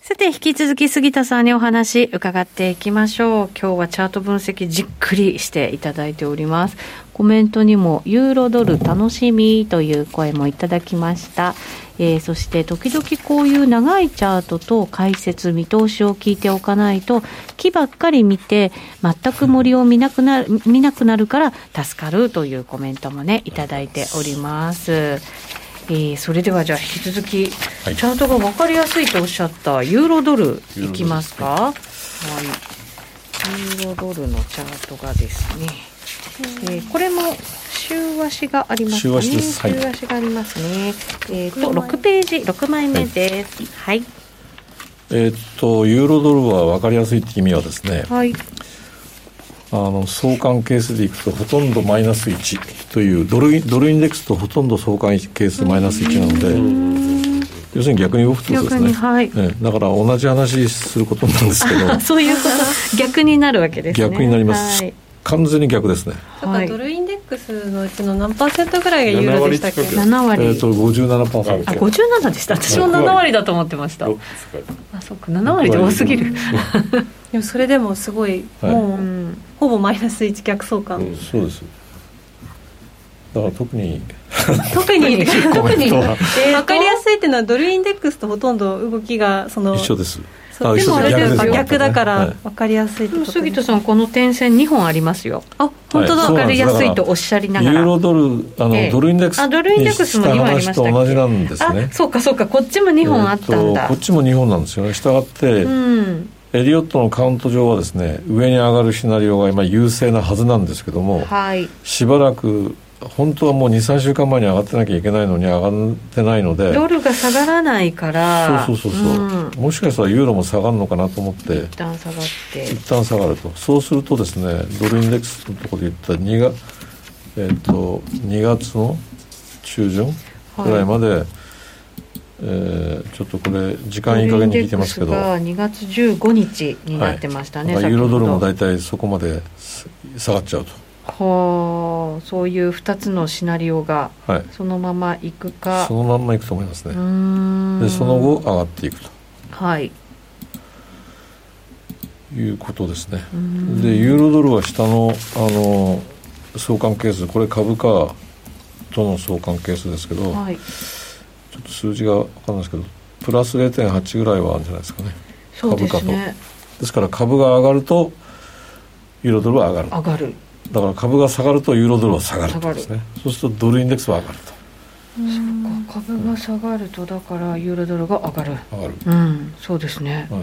さて、引き続き杉田さんにお話伺っていきましょう。今日はチャート分析じっくりしていただいております。コメントにも、ユーロドル楽しみという声もいただきました。えーそして、時々こういう長いチャートと解説、見通しを聞いておかないと、木ばっかり見て、全く森を見なくなる、見なくなるから助かるというコメントもね、いただいております。えーそれではじゃあ引き続き、はいチャートが分かりやすいとおっしゃったユーロドルユーロドルいきますかはい、ユーロドルのチャートがですね、えーこれも週足がありますね週足ですはい週足がありますね、えーと6ページ6枚目ですはい、えーっとユーロドルは分かりやすいって意味はですねはい。あの相関係数でいくとほとんどマイナス1というドルインドルインデックスとほとんど相関係数マイナス1なので、要するに逆に動くってことです逆ね、にはいええだから同じ話することな (laughs) んですけどあそういうこと逆になるわけですね。逆になります、はい。完全に逆ですね、だからドルインデックスのうちの何パーセントぐらいがユーロでしたっけ7割近く七割。えーっと57%あ、五十七でした。私も七割だと思ってました。あ、そっか、七割じゃ多すぎる。でもそれでもすごい、はいうんもうほぼマイナス1逆相関、うんそうですだから特に (laughs) 特に特 (laughs) コメンにトは分かりやすいっていうのはドルインデックスとほとんど動きがその一緒ですそうあでもあれ一緒です逆でですす逆だかはらい分かりやすいってでこもと杉田さんこの点線二本ありますよ。あ本当だ、はいわかりやすいとおっしゃりながら。ユーロドルあの、ええドルインデックスあドルインデックスもに二した割ありま話したっけと同じなんですねあ、そうかそうか。こっちも二本あったんえーだ。とこっちも2本なんですよねしたがって、うん。エリオットのカウント上はですね上に上がるシナリオが今優勢なはずなんですけどもはい。しばらく本当はもう23週間前に上がってなきゃいけないのに上がってないのでドルが下がらないから。そうそうそうそう、んもしかしたらユーロも下がるのかなと思って一旦下がって一旦下がるとそうするとですねドルインデックスのところで言った2月,、えっと2月の中旬ぐらいまで、えーちょっとこれ時間いい加減に引いてますけどドルインデックスが2月15日になってましたね、はい先ユーほロどドルも大体そこまです下がっちゃうと、はあそういう2つのシナリオがはい、そのままいくかそのまんまいくと思いますうね、ーんでその後上がっていくとはいいうことですねうーんでユーロドルは下のあの相関係数これ株価との相関係数ですけど、はい、ちょっと数字が分かんないですけどプラス0.8ぐらいはあるんじゃないですかねそうですねですから株が上がるとユーロドルは上がる上がるだから株が下がるとユーロドルは下がるってことですねそうするとドルインデックスは上がるうん株が下がるとだからユーロドルが上がると上がる、うんそうですねはい、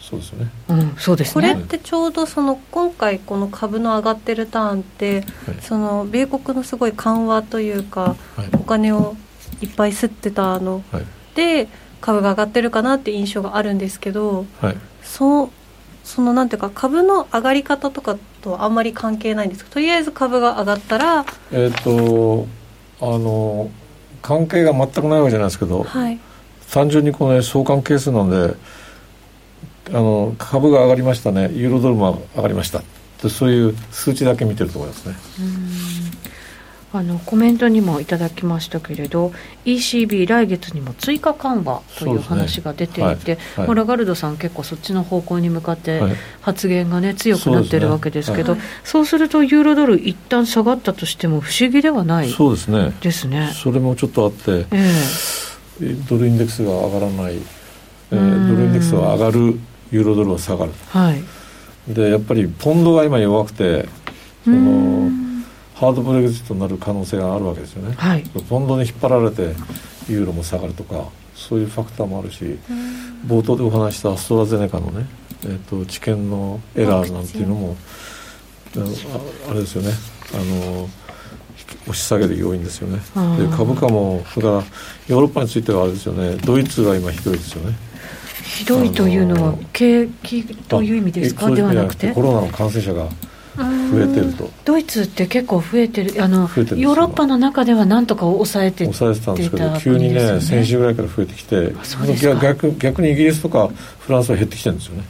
そうですよねうんそうですこれっねてちょうどその今回この株の上がってるターンって、その米国のすごい緩和というかはいお金をいっぱい吸ってたのはいで株が上がってるかなって印象があるんですけどはいそうそのなんていうか株の上がり方とかとはあんまり関係ないんですかとりあえず株が上がったらえっ、とあの関係が全くないわけじゃないですけど、はい単純にこの、ね、相関係数なんであの株が上がりましたねユーロドルも上がりましたでそういう数値だけ見てると思いますねあのコメントにもいただきましたけれど ECB 来月にも追加緩和とそいううですね話が出ていて、はいはいもうラガルドさん結構そっちの方向に向かってはい発言がね強くなってるわけですけどそそううですすねるとユーロドル一旦下がったとしても不思議ではないそうですねですね。それもちょっとあってええドルインデックスが上がらない、えーうんドルインデックスは上がるユーロドルは下がるはい、でやっぱりポンドが今弱くてそのハードブレグジットになる可能性があるわけですよね、はいポンドに引っ張られてユーロも下がるとかそういうファクターもあるし冒頭でお話ししたアストラゼネカのね、えー、と治験のエラーなんていうのもあああれですよねあの押し下げる要因ですよねうんで株価もそれからヨーロッパについてはあれですよねドイツが今ひどいですよねひどいというのあはのー景気という意味ですあかえではそういう意味じゃなくてコロナの感染者が増えてるとドイツって結構増えてるあの増えてるヨーロッパの中ではなんとか抑えて抑えてたんですけ出どた急に国ですよねね先週ぐらいから増えてきてそうですか逆逆にイギリスとかフランスは減ってきてるんですよね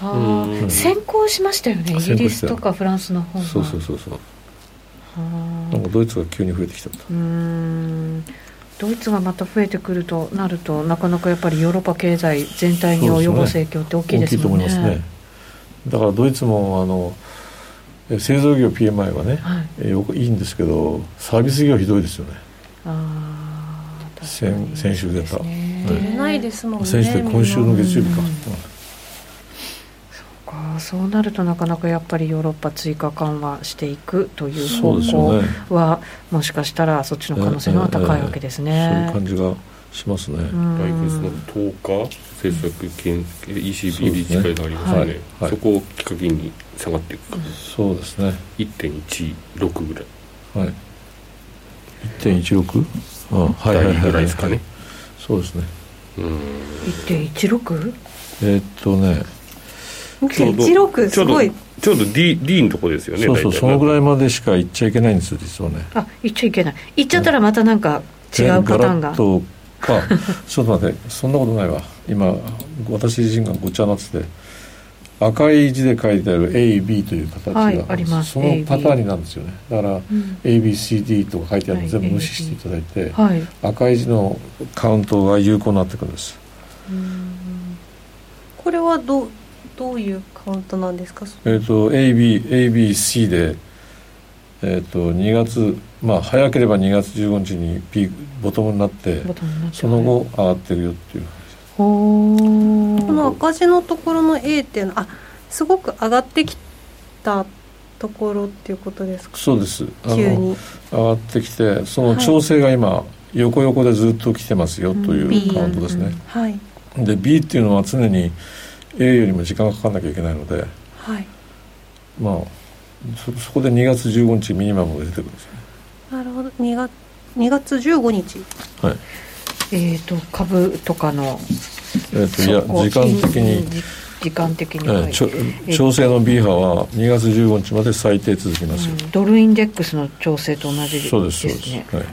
はうあ、ん先行しましたよねイギ先行リしスたとかフランスの方がそうそうそうそうはあなんかドイツが急に増えてきたとうーんドイツがまた増えてくるとなるとなかなかやっぱりヨーロッパ経済全体に及ぼす影響って大きいですもんね大きいと思いますねだからドイツもあのえ製造業 PMI はね、はいえよくいいんですけどサービス業ひどいですよねあー先確かに先週出たそうですねは出れないですもんね先週で今週の月曜日か、うんうんそっかそうなるとなかなかやっぱりヨーロッパ追加緩和していくというそうです方向よねはもしかしたらそっちの可能性の方が高いわけですそういうね。感じがしますね、うん来月の10日政策研 ECB 理事会がありますそようでねすそねはいはいこをきっかけに下がっていくかそうですね1.16ぐらいはい1.16あはいはいぐはらいいですかねそうですねううん 1.16? えーっとね1.16ちょすうどごいちょうど D, D のとこですよねそうそう大体そのぐらいまでしか行っちゃいけないんですよ実はねあ言っちゃいけない言っちゃったらまたなんか違うパターンえガラッがとあ (laughs) ちょっと待ってそんなことないわ今私自身がごっちゃになってて赤い字で書いてある AB という形が、はいありますそのパターンになるんですよねだからうん ABCD とか書いてあるの全部はい無視していただいて、はい赤い字のカウントが有効になってくるんですこれはどうどういうカウントなんですかえっ、と ABABC でえっ、と2月まあ早ければ2月15日にピークボトムになってボタンになっちそゃうの後上がってるよっていうほーこの赤字のところの A っていうのはあすごく上がってきたところっていうことですかそうですあの急に上がってきてその調整が今、横横でずっと来てますよというカウントですね、はいで B っていうのは常に A よりも時間がかかんなきゃいけないのではいまあそそこで2月15日ミニマムが出てくるんですねなるほど2月2月15日はいえっと株とかのえっ、といやそこ時間的にうんじ時間的に、えーはいちょえ調整の B 波は2月15日まで最低続きますよ、うんドルインデックスの調整と同じですねそうですそうです、はい、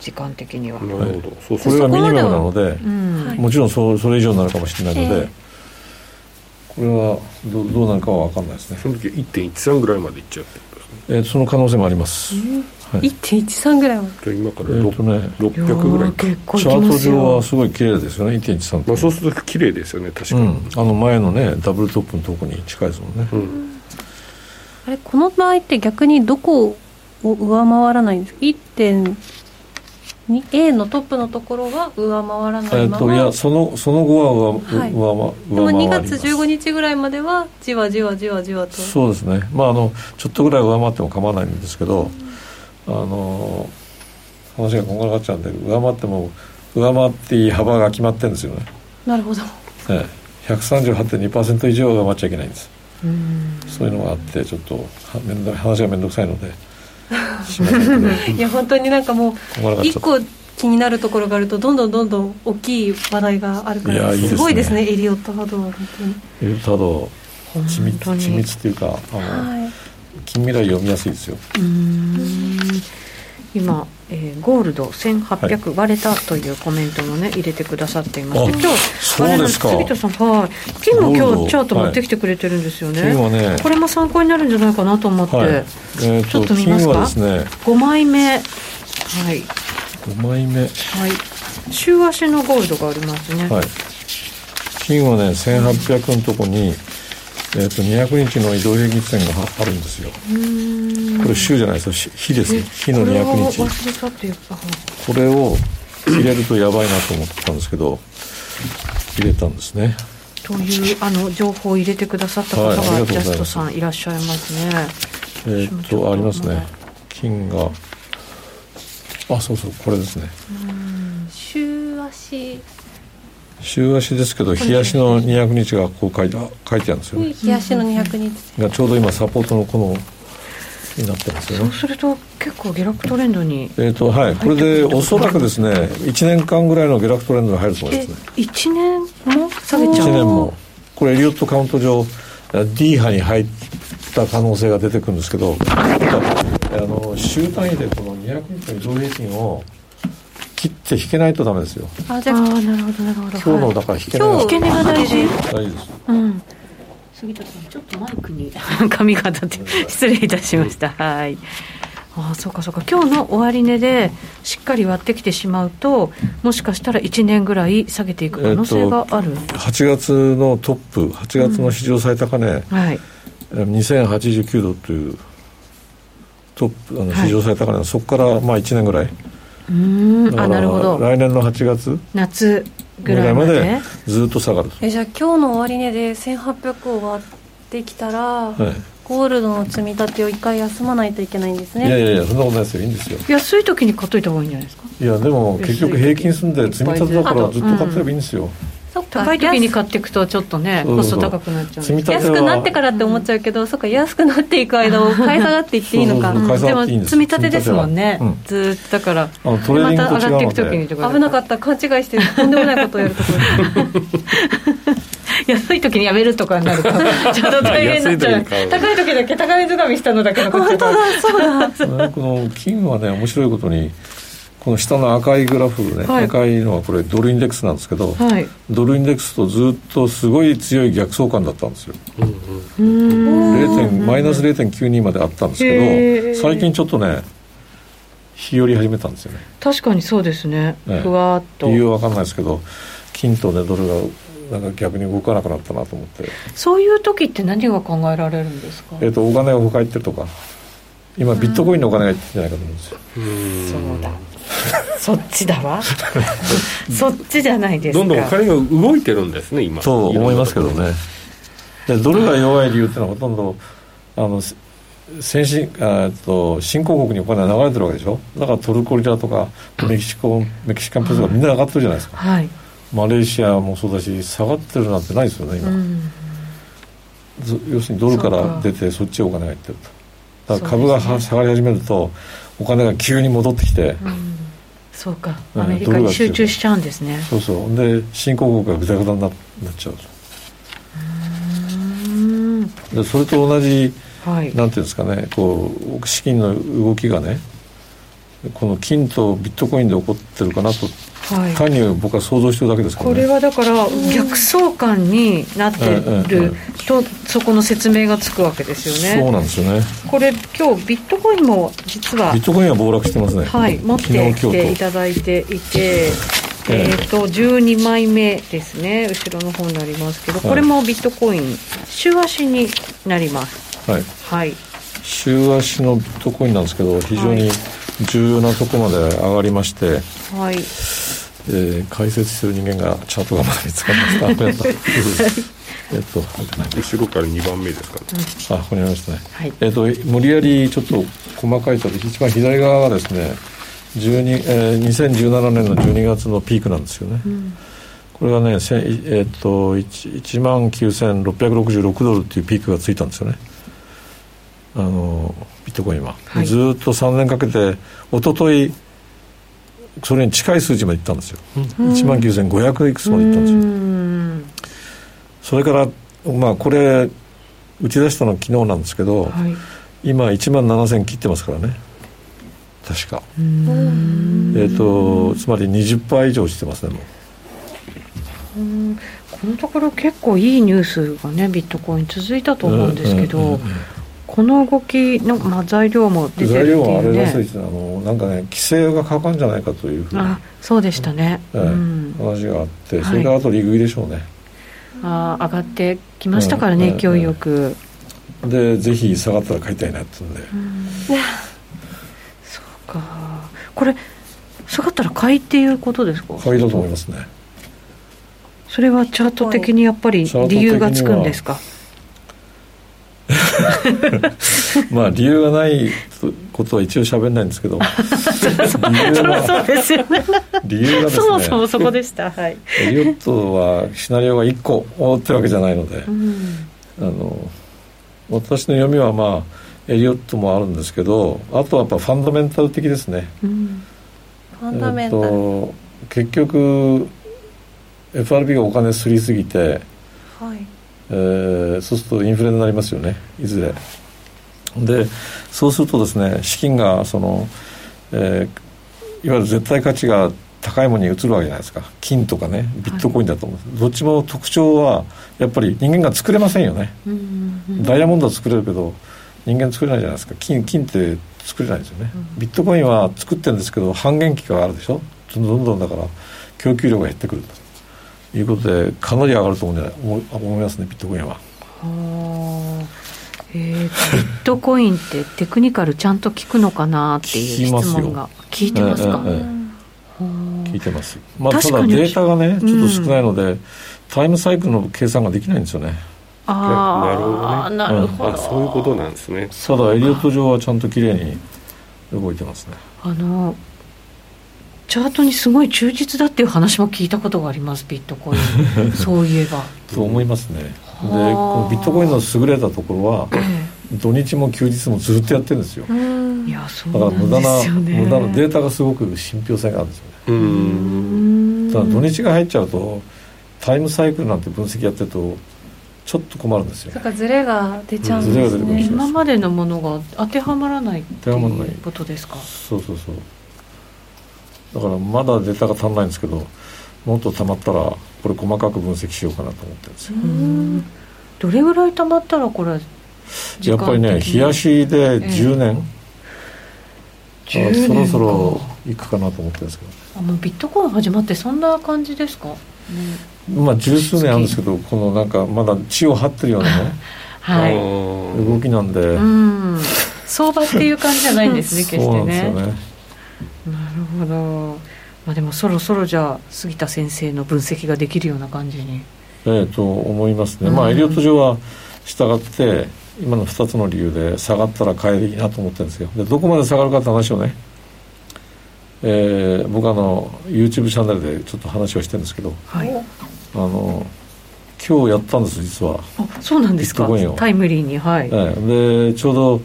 時間的には、なるほど、そうこそうれそがうミニマムなのでうんはいもちろんそうそれ以上になるかもしれないので、これはどどうなるかは分かんないですねその時は1.13ぐらいまでいっちゃうってことですねえーその可能性もあります、はい1.13ぐらいまでじゃあ今かえらーとろね600ぐらいか結構いチきャーまトす上よはすごい綺麗ですよね1.13って、まあ、そうすると綺麗ですよね確かうに、ん、あの前のねダブルトップのとこに近いですもんね、うんあれこの場合って逆にどこを上回らないんですか 1.2A のトップのところが上回らなえいっ、まといまやそのその後は上,、は上いでも上上2回り月ます15日ぐらいまではじわじわじわじわとそうですねまああのちょっとぐらい上回っても構わないんですけど、あの話がこんがらがっちゃうんで上回っても上回っていい幅が決まってるんですよね、なるほどええ、138.2%以上は上回っちゃいけないんですうんそういうのがあってちょっとはめんどい話が面倒くさい (laughs) のでしませんけどいや本当になんかもうこんがらがっちゃ一った個気になるところがあるとどんどんどんどん大きい話題があるかいやらいいですすねごいですねエリオット波動は本当にえただ緻密本当に緻密っていうかあの、はい近未来読みやすいですようーん今、えーゴールド1800割れたというコメントもね入れてくださっていましてあ今日そうですかあれなん杉田さんはい金もゴール今ド日チャート持ってきてくれてるんですよね、金はねこれも参考になるんじゃないかなと思って、はいえーちょっとと見ます金かはですね5枚目はい5枚目はい週足のゴールドがありますね、はい、金はね1800のとこに、えー、と200日の移動平均線がはあるんですよこれ週じゃないですよし日ですね日のこれは200日忘れたっていうかこれを入れるとやばいなと思ってたんですけど入れたんですねというあの情報を入れてくださった方が、はいありがとうごジざいャますストさんいらっしゃいますねえっ、ちょっととありますね金があそうそうこれですね週足週足ですけど日足の200日がこう書いてあ書いてあるんですよねに日足の200日がちょうど今サポートのこのになってますよねそうすると結構下落トレンドにえーとはい、これでおそらくですね1年間ぐらいの下落トレンドに入ると思いえますね一年も下げちゃ1う年もこれエリオットカウント上あ D 波に入った可能性が出てくるんですけどあの週単位でこの200日の移動平均を切って引けないとダメですよあじあゃああなるほどなるほど今日のはいだから引けない今日引け値が大事大事ですうん杉田さんちょっとマイクに (laughs) 髪が当たって失礼いたしましたはいああそうかそうか今日の終値でしっかり割ってきてしまうともしかしたら1年ぐらい下げていく可能性がある、 8月のトップ8月の史上最高値、はい2089度というトップあのはい史上最高値、そこからまあ1年ぐらいうーんだあかならるほど来年の8月夏ぐぐららいいままででずっと下がると、えじゃあ今日の終値で1800を割ってきたらはゴールドの積み立てを一回休まないといけないんですい、いやいねやいやそんなことないですよいいんですよ安い時に買っといた方がいいんじゃないですかいやでも結局平均すんで積み立てだからずっと買ってればいいんですよ、そっか高い時に買っていくとちょっとねそうコスそうト高くなっちゃうん積みで立ては安くなってからって思っちゃうけど、そっか安くなっていく間を買い下がっていっていいのかそうそうそうすでも積み立てですもんねうんずーっとだからあのトレーまディンた上グと違がってういのく時にでとか危なかった勘違いしてとんでもないことをやるところ安い時にやめるとかになると (laughs) ちょっと大変になっちゃう安い時に買う高い時だけ高値掴みしたのだけのことだねこの金はね面白いことにこの下の赤いグラフね、はい赤いのはこれドルインデックスなんですけど、はいドルインデックスとずっとすごい強い逆相関だったんですようんうん0点マイナス0.92まであったんですへけーど最近ちょっとね日和り始めたんですよね確かにそうですねええふわーっと理由は分かんないですけど金とねドルがなんか逆に動かなくなったなと思って、そういう時って何が考えられるんですかえっとお金が他入ってるとか今ビットコインのお金が入ってるんじゃないかと思うんですよそうだそっちだ (laughs) わそっちじゃないですかどんどんお金が動いてるんですね今とろんな思いますけどねでドルが弱い理由ってのはほとんどあのせ先進あえっと新興国にお金が流れてるわけでしょだからトルコリラとかメキシコメキシカンペソがみんな上がってるじゃないですかはい、マレーシアもそうだし下がってるなんてないですよねう今、ん、ず要するにドルかそうらか出てそっちへお金が入ってるとだからそう株でがすねは下がり始めるとお金が急に戻ってきて、うんそうかうんアメリカに集中しちゃうんですねそうそうで新興国がぐだぐだにななっちゃううんとでそれと同じはいなんていうんですかねこう資金の動きがねこの金とビットコインで起こってるかなとは単いに僕は想像してるだけですけどこねれはだから逆相関になってうんうんうるんとそこの説明がつくわけですよそうねなんですよねこれ今日ビットコインも実はビットコインは暴落してますねはい持ってき昨日て今い日とただいていてえええーと12枚目ですね後ろの方になりますけどはいこれもビットコイン週足になりますはいはい週足のビットコインなんですけど非常に重要なとこまで上がりまして、はいえー解説してる人間がチャートがまだ見つかりましたあここやったえっと後ろから2番目ですかねあここにありましたねはいえっと無理やりちょっと細かいと一番左側がですね12、えー2017年の12月のピークなんですよね、これがねせんえっと 1, 万9666ドルっていうピークがついたんですよねあのビットコインは、はいずーっと3年かけて一昨日それに近い数字までいったんですよ、1万9500いくつまでいったんですよ、んそれからまあこれ打ち出したの昨日なんですけど、はい今1万7000切ってますからね確かえっ、とつまり20倍以上してますねもこのところ結構いいニュースがねビットコイン続いたと思うんですけど、うんうんうんうんこの動きの、まあ、材料もう出て材る料ってはあいうれらしいでねすねあのなんかね規制がかかるんじゃないかというふうに、あそうでしたね、ええうん、話があって、はいそれからあと利食いでしょうねあー上がってきましたからね、うん勢いよく、でぜひ下がったら買いたいなってんで、そうかこれ下がったら買いっていうことですか買いだと思いますねそれはチャート的にやっぱりチャート的には理由がつくんですかまあ理由がないことは一応喋んない (laughs) んですけど理由はですよね理由がですねそもそもそこでしたはい、エリオットはシナリオが1個覆ってるわけじゃないので、うんあの私の読みはまあエリオットもあるんですけどあとはやっぱファンダメンタル的ですねうんファンダメンタル、えっと結局 FRB がお金すりすぎて、はいえーそうするとインフレになりますよねいずれでそうするとですね資金がその、えーいわゆる絶対価値が高いものに移るわけじゃないですか金とかねビットコインだと思うんです、どっちも特徴はやっぱり人間が作れませんよね、うんうんダイヤモンドは作れるけど人間作れないじゃないですか金金って作れないですよね、ビットコインは作ってるんですけど半減期があるでしょどんどんどんどんだから供給量が減ってくるということでかなり上がると思うんじゃない思い思いますねビットコインははあえー、ビットコインってテクニカルちゃんと聞くのかなっていう聞きます質よ問が聞いてますか、ええええ聞いてます、まあ、確たかだにデータがねちょっと少うんないので、タイムサイクルの計算ができないんですよねああななるるほどねほど,、あそういうことなんですねただエリオット上はちゃんときれいに動いてますねあのチャートにすごい忠実だっていう話も聞いたことがありますビットコイ (laughs) ンそういえば。と思いますね。でこはあのビットコインの優れたところは土日も休日もずっとやってるんですよ。いやそだからう無な駄んですなよね。無駄なデータがすごく信憑性があるんですよね。ううんんただ土日が入っちゃうとタイムサイクルなんて分析やってるとちょっと困るんですよとね。かズレが出ちゃうんですズレが出てくるんでねすよ今までのものが当てはまらないって当てはまらないいうことですか。そうそうそう。だからまだデータが足んないんですけど、もっと溜まったらこれ細かく分析しようかなと思ってるんですよ。うんどれぐらい溜まったらこれ時や間っぱりね、的に冷やしで10年、だから10そろ年そろか行くかなと思ってるんですけど、あもうビットコイン始まってそんな感じですか、まあ十数年あるんですけど、このなんかまだ地を張ってるような (laughs) ね、はい、動きなんで、うん、相場っていう感じじゃないんですね決しそうなてんですねよなね。るほど、まあ、でもそろそろじゃあ杉田先生の分析ができるような感じにええと思いますね、まうあ、んエリオット上は従って今の2つの理由で下がったら買えでいいなと思ってるんですよでどこまで下がるかって話をね、えー僕あの YouTube チャンネルでちょっと話をしてるんですけどはいあの今日やったんです実は、あそうなんですかビットコインをタイムリーにはい、ええでちょうど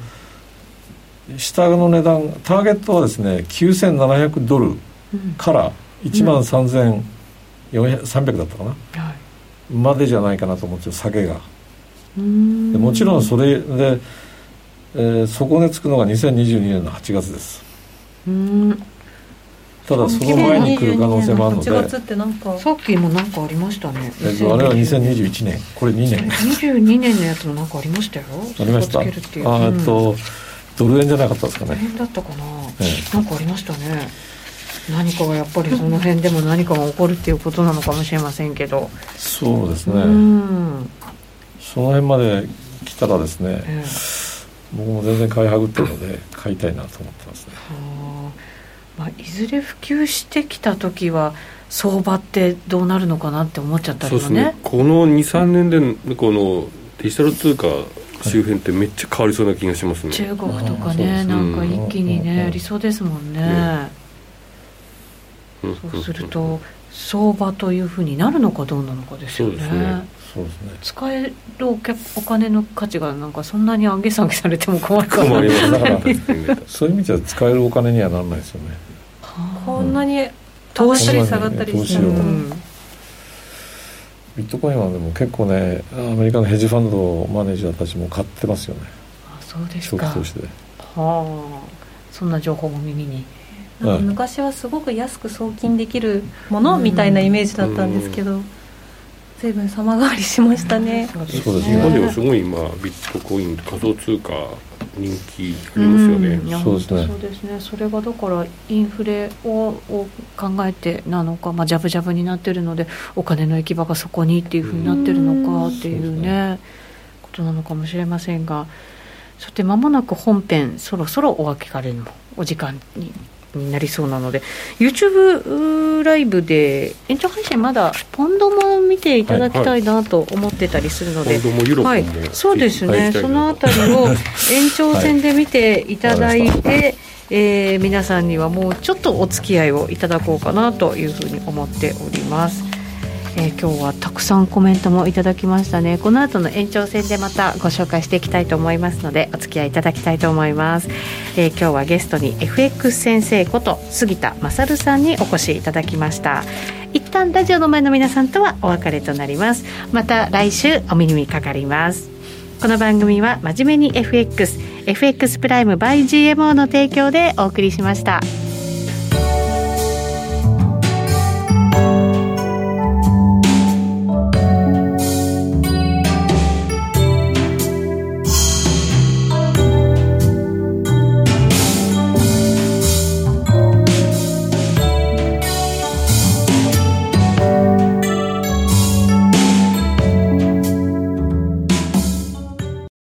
下の値段ターゲットはですね9700ドルうんから1万3300だったかな、はいまでじゃないかなと思ってる下げが。うんでもちろんそれで、えー底値つくのが2022年の8月ですうんただその前に来る可能性もあるので、 8月ってなんかさっきもなんかありましたねえっとあれは2021年これ2年22年のやつもなんかありましたよありましたそこつけるっていうあうんーえっとドル円じゃなかったですか大ね変だったかな、えなんかありましたね何かがやっぱりその辺でも何かが起こるっていうことなのかもしれませんけど、そうですねうん、その辺まで来たらですねええ僕も全然買いはぐってるので買いたいなと思ってますねはあまあ、いずれ普及してきた時は相場ってどうなるのかなって思っちゃったそうりではすねねこの23年でこのデジタル通貨周辺ってめっちゃ変わりそうな気がしますね、中国とかあねあなんか一気にうんうんうねんありそうですもんね、うんそうすると相場というふうになるのかどうなのかですよそうですねそうですね使えるお客お金の価値がなんかそんなに上げ下げされても困るから困りますだからねそういう意味じゃ使えるお金にはならないですよねこんなに投投資資ねり下がったり投し資たをら、うんビットコインはでも結構ねアメリカのヘッジファンドマネージャーたちも買ってますよねあそうです長か期投資ではあそんな情報も耳になんか昔はすごく安く送金できるものみたいなイメージだったんですけど、随分様変わりしましたね。そうそうです日本でねもすごい今ビットコイン仮想通貨人気ありますよね、んいやそうですねそうですねそれがだからインフレをを考えてなのか、まあ、ジャブジャブになってるのでお金の行き場がそこにっていうふうになってるのかっていううんねことなのかもしれませんがさて間もなく本編そろそろお別れのお時間に。になりそうなので YouTube ライブで延長配信まだポンドも見ていただきたいなと思ってたりするので、今度もユロコンも、はい、そうですね、そのあたりを延長戦で見ていただいて、えー皆さんにはもうちょっとお付き合いをいただこうかなというふうに思っております。えー今日はたくさんコメントもいただきましたねこの後の延長戦でまたご紹介していきたいと思いますのでお付き合いいただきたいと思います、えー今日はゲストに FX 先生こと杉田勝さんにお越しいただきました一旦ラジオの前の皆さんとはお別れとなりますまた来週お耳にかかりますこの番組は真面目に FXFX プライム by GMO の提供でお送りしました。